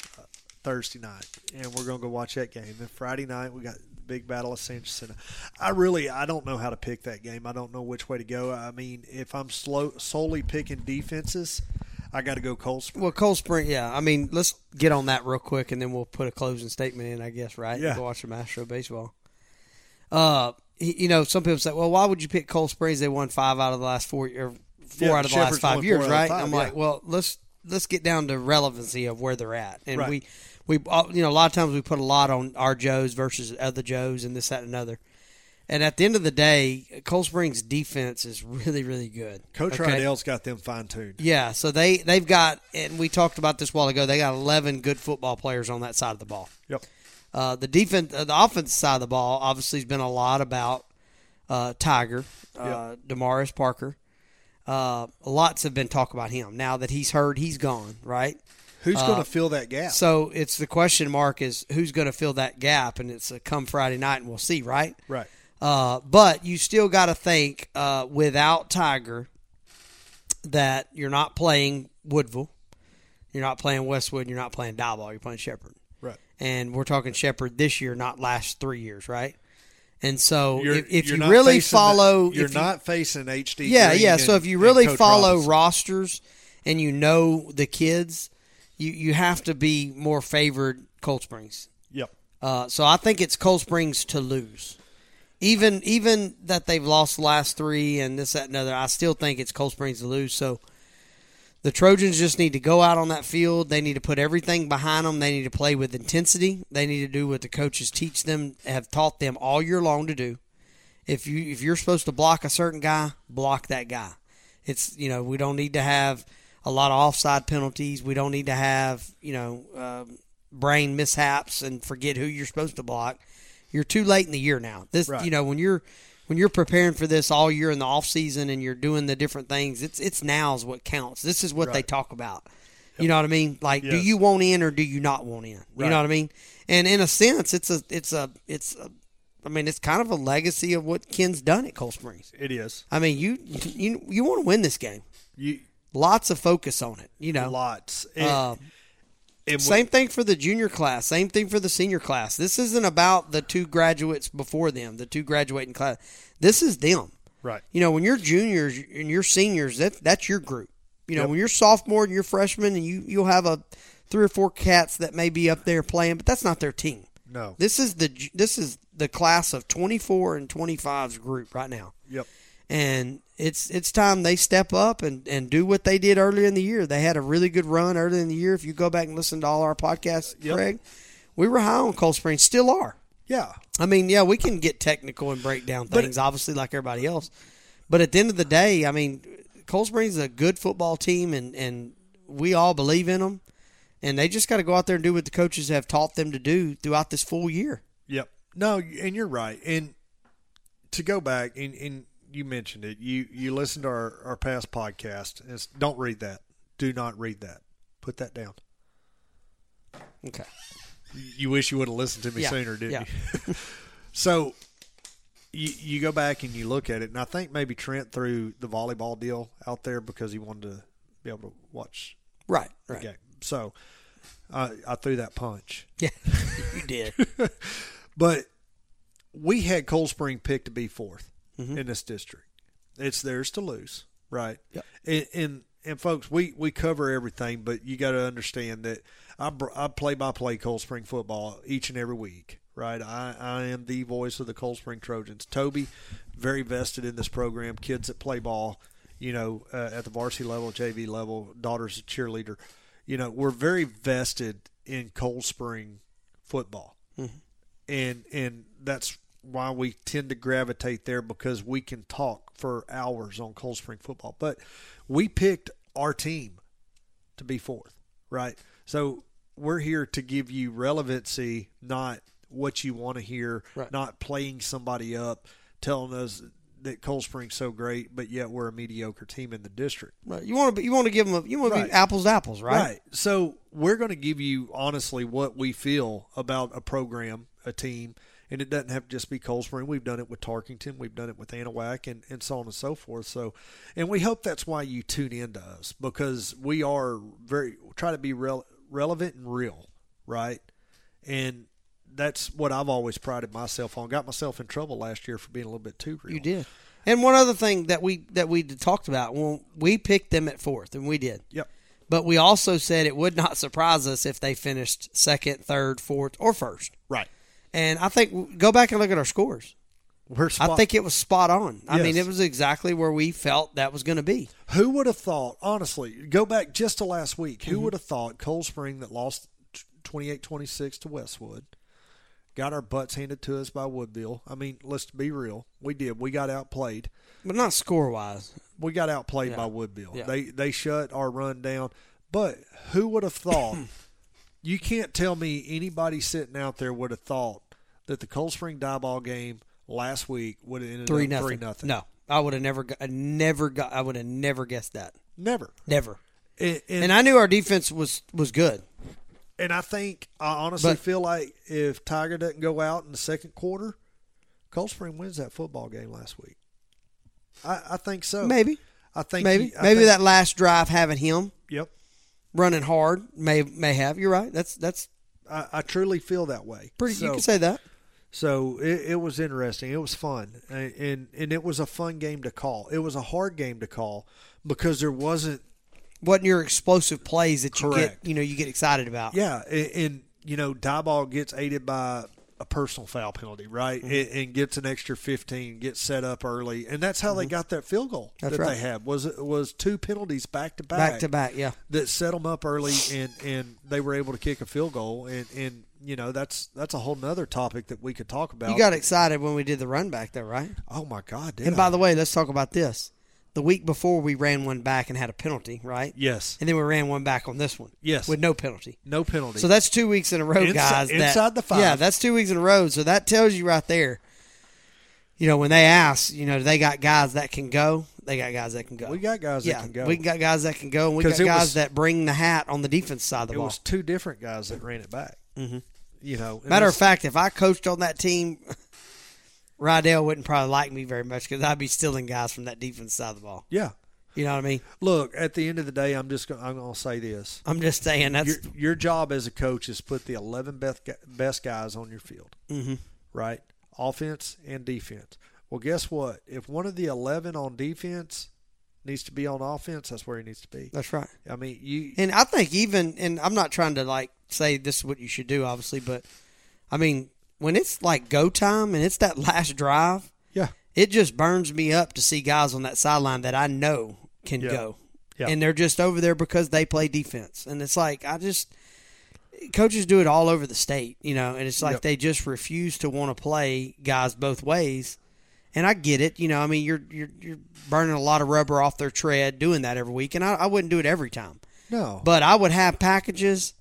Thursday night, and we're going to go watch that game. And Friday night we got the big battle of San Jacinto. I really I don't know how to pick that game. I don't know which way to go. I mean, if I'm slow, solely picking defenses, I got to go Cold Spring. Well, Cold Spring, yeah. I mean, let's get on that real quick, and then we'll put a closing statement in, I guess, right? Yeah. Go watch some Astro baseball. Uh, y- you know, some people say, well, why would you pick Cold Springs? They won five out of the last four, or four Yeah, out of the Shepherd's last won five four years, out of right? five, I'm yeah. like, well, let's let's get down to relevancy of where they're at, and Right. we we all- you know a lot of times we put a lot on our Joes versus other Joes and this that and another. And at the end of the day, Cold Springs defense is really, really good. Coach Okay? Rydell's got them fine tuned. Yeah, so they they've got, and we talked about this a while ago. They got eleven good football players on that side of the ball. Yep. Uh, the defense, uh, the offensive side of the ball, obviously has been a lot about uh, Tiger, uh, Demaris Parker. Uh, lots have been talk about him. Now that he's heard, he's gone. Right. Who's going to fill that gap? Uh, So it's the question mark is who's going to fill that gap, and it's a come Friday night, and we'll see. Right. right. Uh, but you still got to think uh, without Tiger that you're not playing Woodville, you're not playing Westwood, you're not playing Dieball, you're playing Shepherd. Right. And we're talking Shepherd this year, not last three years, right? And so You're- if, if you're you not really facing the- follow, you're if you- not facing HD. yeah, Green yeah. So and- if you and really Coach follow Robinson. rosters and you know the kids, you you have to be more favored Cold Springs. yep. Uh, so I think it's Cold Springs to lose. Even even that they've lost the last three and this that and other, I still think it's Cold Springs to lose. So the Trojans just need to go out on that field. They need to put everything behind them. They need to play with intensity. They need to do what the coaches teach them have taught them all year long to do. If you if you're supposed to block a certain guy, block that guy. It's you know we don't need to have a lot of offside penalties. We don't need to have you know um brain mishaps and forget who you're supposed to block. You're too late in the year now. This Right. you know when you're when you're preparing for this all year in the off season and you're doing the different things. It's it's now's what counts. This is what they talk about. You know what I mean? Like, do Yes. you want in or do you not want in? You Right. know what I mean? And in a sense, it's a it's a it's a I mean, it's kind of a legacy of what Ken's done at Cold Springs. It is I mean, you you you want to win this game. you Lots of focus on it. You know, lots. And, Uh, and same thing for the junior class. Same thing for the senior class. This isn't about the two graduates before them, the two graduating class. This is them. Right. You know, when you're juniors and you're seniors, that that's your group. You know, when you're sophomore and you're freshman, and you you'll have a three or four cats that may be up there playing, but that's not their team. No. This is the ju- this is the class of 24 and 25's group right now. Yep. And it's it's time they step up and, and do what they did earlier in the year. They had a really good run earlier in the year. If you go back and listen to all our podcasts, Craig, we were high on Cold Springs, still are. Yeah. I mean, yeah, we can get technical and break down things, obviously, like everybody else. But at the end of the day, I mean, Cold Springs is a good football team, and, and we all believe in them. And they just got to go out there and do what the coaches have taught them to do throughout this full year. Yep. No, and you're right. And to go back, and, and you mentioned it. You you listened to our, our past podcast. And it's, don't read that. Do not read that. Put that down. Okay. You wish you would have listened to me Yeah. sooner, didn't Yeah. you? (laughs) so you you go back and you look at it, and I think maybe Trent threw the volleyball deal out there because he wanted to be able to watch Right. the Right. game. So uh, I threw that punch. Yeah. (laughs) you did. But we had Cold Spring picked to be 4th in this district. It's theirs to lose, right? Yep. And, and and folks, we we cover everything, but you got to understand that I br- I play by play Cold Spring football each and every week, right? I I am the voice of the Cold Spring Trojans. Toby, very vested in this program. Kids that play ball, you know, uh, at the varsity level, JV level, daughter's a cheerleader. You know, we're very vested in Cold Spring football and and that's why we tend to gravitate there because we can talk for hours on Cold Spring football. But we picked our team to be fourth, right? So we're here to give you relevancy, not what you want to hear, Right. not playing somebody up, telling us that Cold Spring's so great, but yet we're a mediocre team in the district. Right. You want to you want to give them a, you want to Right. be apples to apples, right? So we're going to give you honestly what we feel about a program, a team, And it doesn't have to just be Cold Spring. We've done it with Tarkington, we've done it with Anahuac, and, and so on and so forth. So, and we hope that's why you tune in to us because we are very, try to be rel- relevant and real, right? And that's what I've always prided myself on. Got myself in trouble last year for being a little bit too real. You did. And one other thing that we that we talked about, well, we picked them at fourth, and we did. Yep. But we also said it would not surprise us if they finished second, third, fourth, or first. Right. And I think go back and look at our scores. We're I spot- think it was spot on. I mean, Yes. it was exactly where we felt that was going to be. Who would have thought, honestly, go back just to last week, Mm-hmm. who would have thought Cold Spring that lost 28 26 to Westwood, got our butts handed to us by Woodville? I mean, let's be real. We did. We got outplayed. But not score wise. We got outplayed by Woodville. Yeah. They, they shut our run down. But who would have (coughs) thought? you can't tell me anybody sitting out there would have thought that the Cold Spring die ball game last week would have ended Three up nothing. 3 nothing. No, I would have never, gu- I never got. I would have never guessed that. Never. Never. And, and- And I knew our defense was was good. And I think I honestly But- feel like if Tiger doesn't go out in the second quarter, Cold Spring wins that football game last week. I, I think so. Maybe, I think maybe, he- I maybe think- that last drive having him Yep. running hard may may have. You're right. That's that's I, I truly feel that way. pretty. So, you can say that. so it, it was interesting. It was fun, and, and and it was a fun game to call. It was a hard game to call because there wasn't Wasn't your explosive plays that you Correct. get? You know, you get excited about. Yeah, and, and you know, die ball gets aided by a personal foul penalty, right? Mm-hmm. And, and gets an extra fifteen, gets set up early, and that's how they got that field goal Mm-hmm. That's that right. they had was was two penalties back to back, back to back. Yeah. that set them up early, and and they were able to kick a field goal, and and you know that's that's a whole nother topic that we could talk about. You got excited when we did the run back, though, right? oh my god, did And I? by the way, let's talk about this. The week before, we ran one back and had a penalty, right? yes, And then we ran one back on this one. Yes. With no penalty. no penalty. So that's two weeks in a row, Inside- guys. that- inside the five. Yeah, that's two weeks in a row. So that tells you right there. You know, when they ask, you know, they got guys that can go. They got guys that can go. we got guys yeah, that can go. we got guys that can go, and we 'Cause got it guys was- that bring the hat on the defense side of the it ball. was two different guys that ran it back. Mm-hmm. You know, and Matter of that's- fact, if I coached on that team, (laughs) Rydell wouldn't probably like me very much because I'd be stealing guys from that defense side of the ball. yeah. You know what I mean? Look, at the end of the day, I'm just gonna, I'm going to say this: I'm just saying that's your your job as a coach is put the 11 best gu- best guys on your field, mm-hmm. right? Offense and defense. Well, guess what? If one of the 11 on defense needs to be on offense, that's where he needs to be. that's right. I mean, you And I think even and I'm not trying to like say this is what you should do, obviously, but I mean when it's like go time and it's that (laughs) last drive, yeah, it just burns me up to see guys on that sideline that I know can go. Yeah. And they're just over there because they play defense. And it's like I just coaches do it all over the state, you know, and it's like Yep. they just refuse to want to play guys both ways. And I get it, you know, I mean you're you're you're burning a lot of rubber off their tread doing that every week and I, I wouldn't do it every time. no, But I would have packages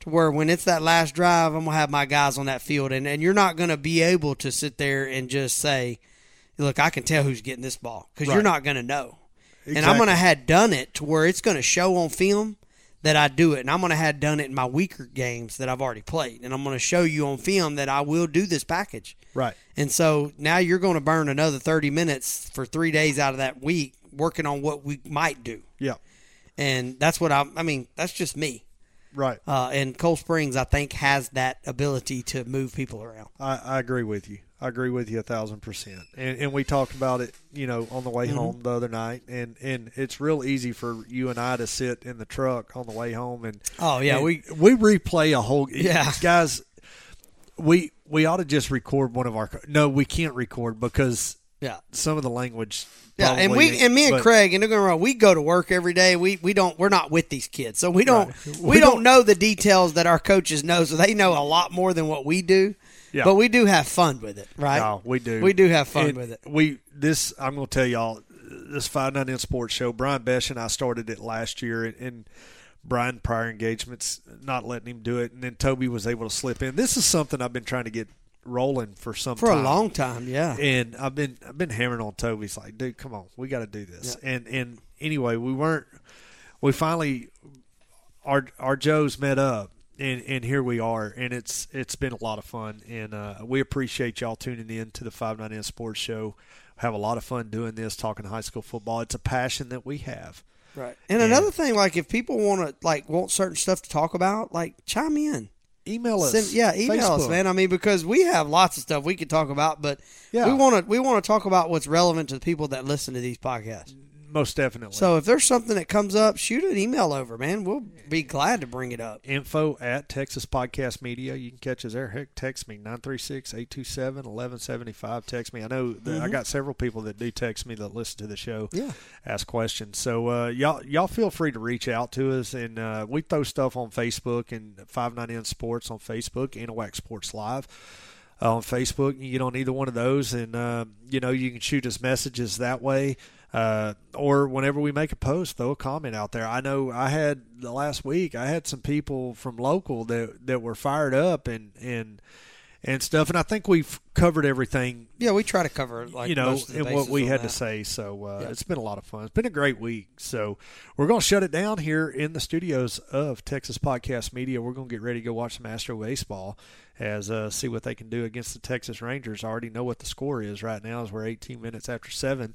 to where when it's that last drive, I'm gonna have my guys on that field, and and you're not gonna be able to sit there and just say, "Look, I can tell who's getting this ball," because you're Right. not gonna know. And I'm gonna had done it to where it's gonna show on film that I do it, and I'm gonna had done it in my weaker games that I've already played, and I'm gonna show you on film that I will do this package. right, And so now you're going to burn another 30 minutes for three days out of that week working on what we might do. yeah, And that's what I, I mean, that's just me. right. Uh, and Cold Springs, I think, has that ability to move people around. I, I agree with you. I agree with you a thousand percent. And and we talked about it, you know, on the way Mm-hmm. home the other night. And and it's real easy for you and I to sit in the truck on the way home and Oh, yeah, and we- we replay a whole Yeah. (laughs) guys. We we ought to just record one of our no, we can't record because Yeah. some of the language. Yeah, and probably we is- and me and but- Craig and they're going wrong. We go to work every day. We we don't we're not with these kids, so we don't we, don't, know the details that our coaches know. So they know a lot more than what we do. Yeah. But we do have fun with it, right? No, we do. We do have fun And with it. We this I'm going to tell y'all this five nine in sports show. Brian Besh and I started it last year, and, and Brian prior engagements not letting him do it, and then Toby was able to slip in. This is something I've been trying to get rolling for some For time. a long time, yeah. And I've been I've been hammering on Toby's like, dude, come on, we got to do this. And and anyway, we weren't. We finally our our Joes met up, and and here we are, and it's it's been a lot of fun, and uh, we appreciate y'all tuning in to the Five Nine N Sports Show. Have a lot of fun doing this, talking high school football. It's a passion that we have. Right. And, another thing, like if people want to like want certain stuff to talk about, like chime in. Email us, Send, yeah, email us, Facebook. man. I mean, because we have lots of stuff we could talk about, but Yeah. we want to we want to talk about what's relevant to the people that listen to these podcasts. Most definitely. So if there's something that comes up, shoot an email over, man. We'll be glad to bring it up. info at Texas Podcast Media. You can catch us there. Heck, text me 936-827-1175. Text me. I know that I got several people that do text me that listen to the show. Yeah. ask questions. So uh, y'all y'all feel free to reach out to us, and uh, we throw stuff on Facebook and Five Nine N Sports on Facebook, Anahuac Sports Live. uh, On Facebook, you can get on either one of those, and uh, you know you can shoot us messages that way, uh, or whenever we make a post, throw a comment out there. I know I had the last week, I had some people from local that that were fired up and and and stuff, and I think we've covered everything Yeah, we try to cover like you know, most of the and what bases we on had that. to say. So uh, it's been a lot of fun. It's been a great week. So we're going to shut it down here in the studios of Texas Podcast Media. We're going to get ready to go watch some Astro baseball as uh, see what they can do against the Texas Rangers. I already know what the score is right now. Is we're 18 minutes after seven,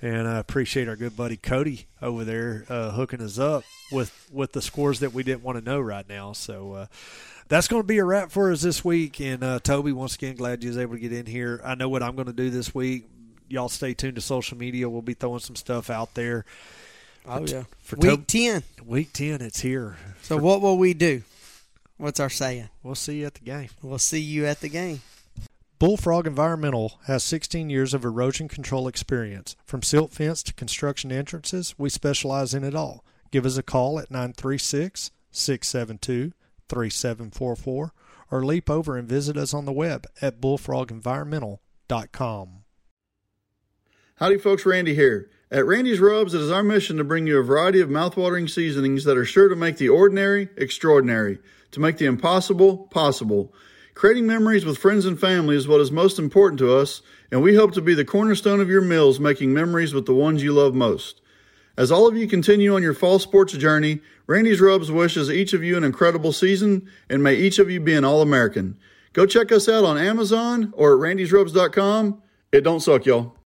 and I appreciate our good buddy Cody over there uh, hooking us up with with the scores that we didn't want to know right now. So. Uh, that's going to be a wrap for us this week. And uh, Toby, once again, glad you was able to get in here. I know what I'm going to do this week. Y'all stay tuned to social media. We'll be throwing some stuff out there. Oh yeah, for week Tob- ten. Week ten, it's here. So what will we do? What's our saying? We'll see you at the game. We'll see you at the game. Bullfrog Environmental has 16 years of erosion control experience. From silt fence to construction entrances, we specialize in it all. Give us a call at 936 672 3744 or leap over and visit us on the web at bullfrogenvironmental.com. Howdy, folks. Randy here. At Randy's Rubs, it is our mission to bring you a variety of mouthwatering seasonings that are sure to make the ordinary extraordinary, to make the impossible possible. Creating memories with friends and family is what is most important to us, and we hope to be the cornerstone of your meals, making memories with the ones you love most. As all of you continue on your fall sports journey, Randy's Rubs wishes each of you an incredible season and may each of you be an All American. Go check us out on Amazon or at randysrubs.com. It don't suck, y'all.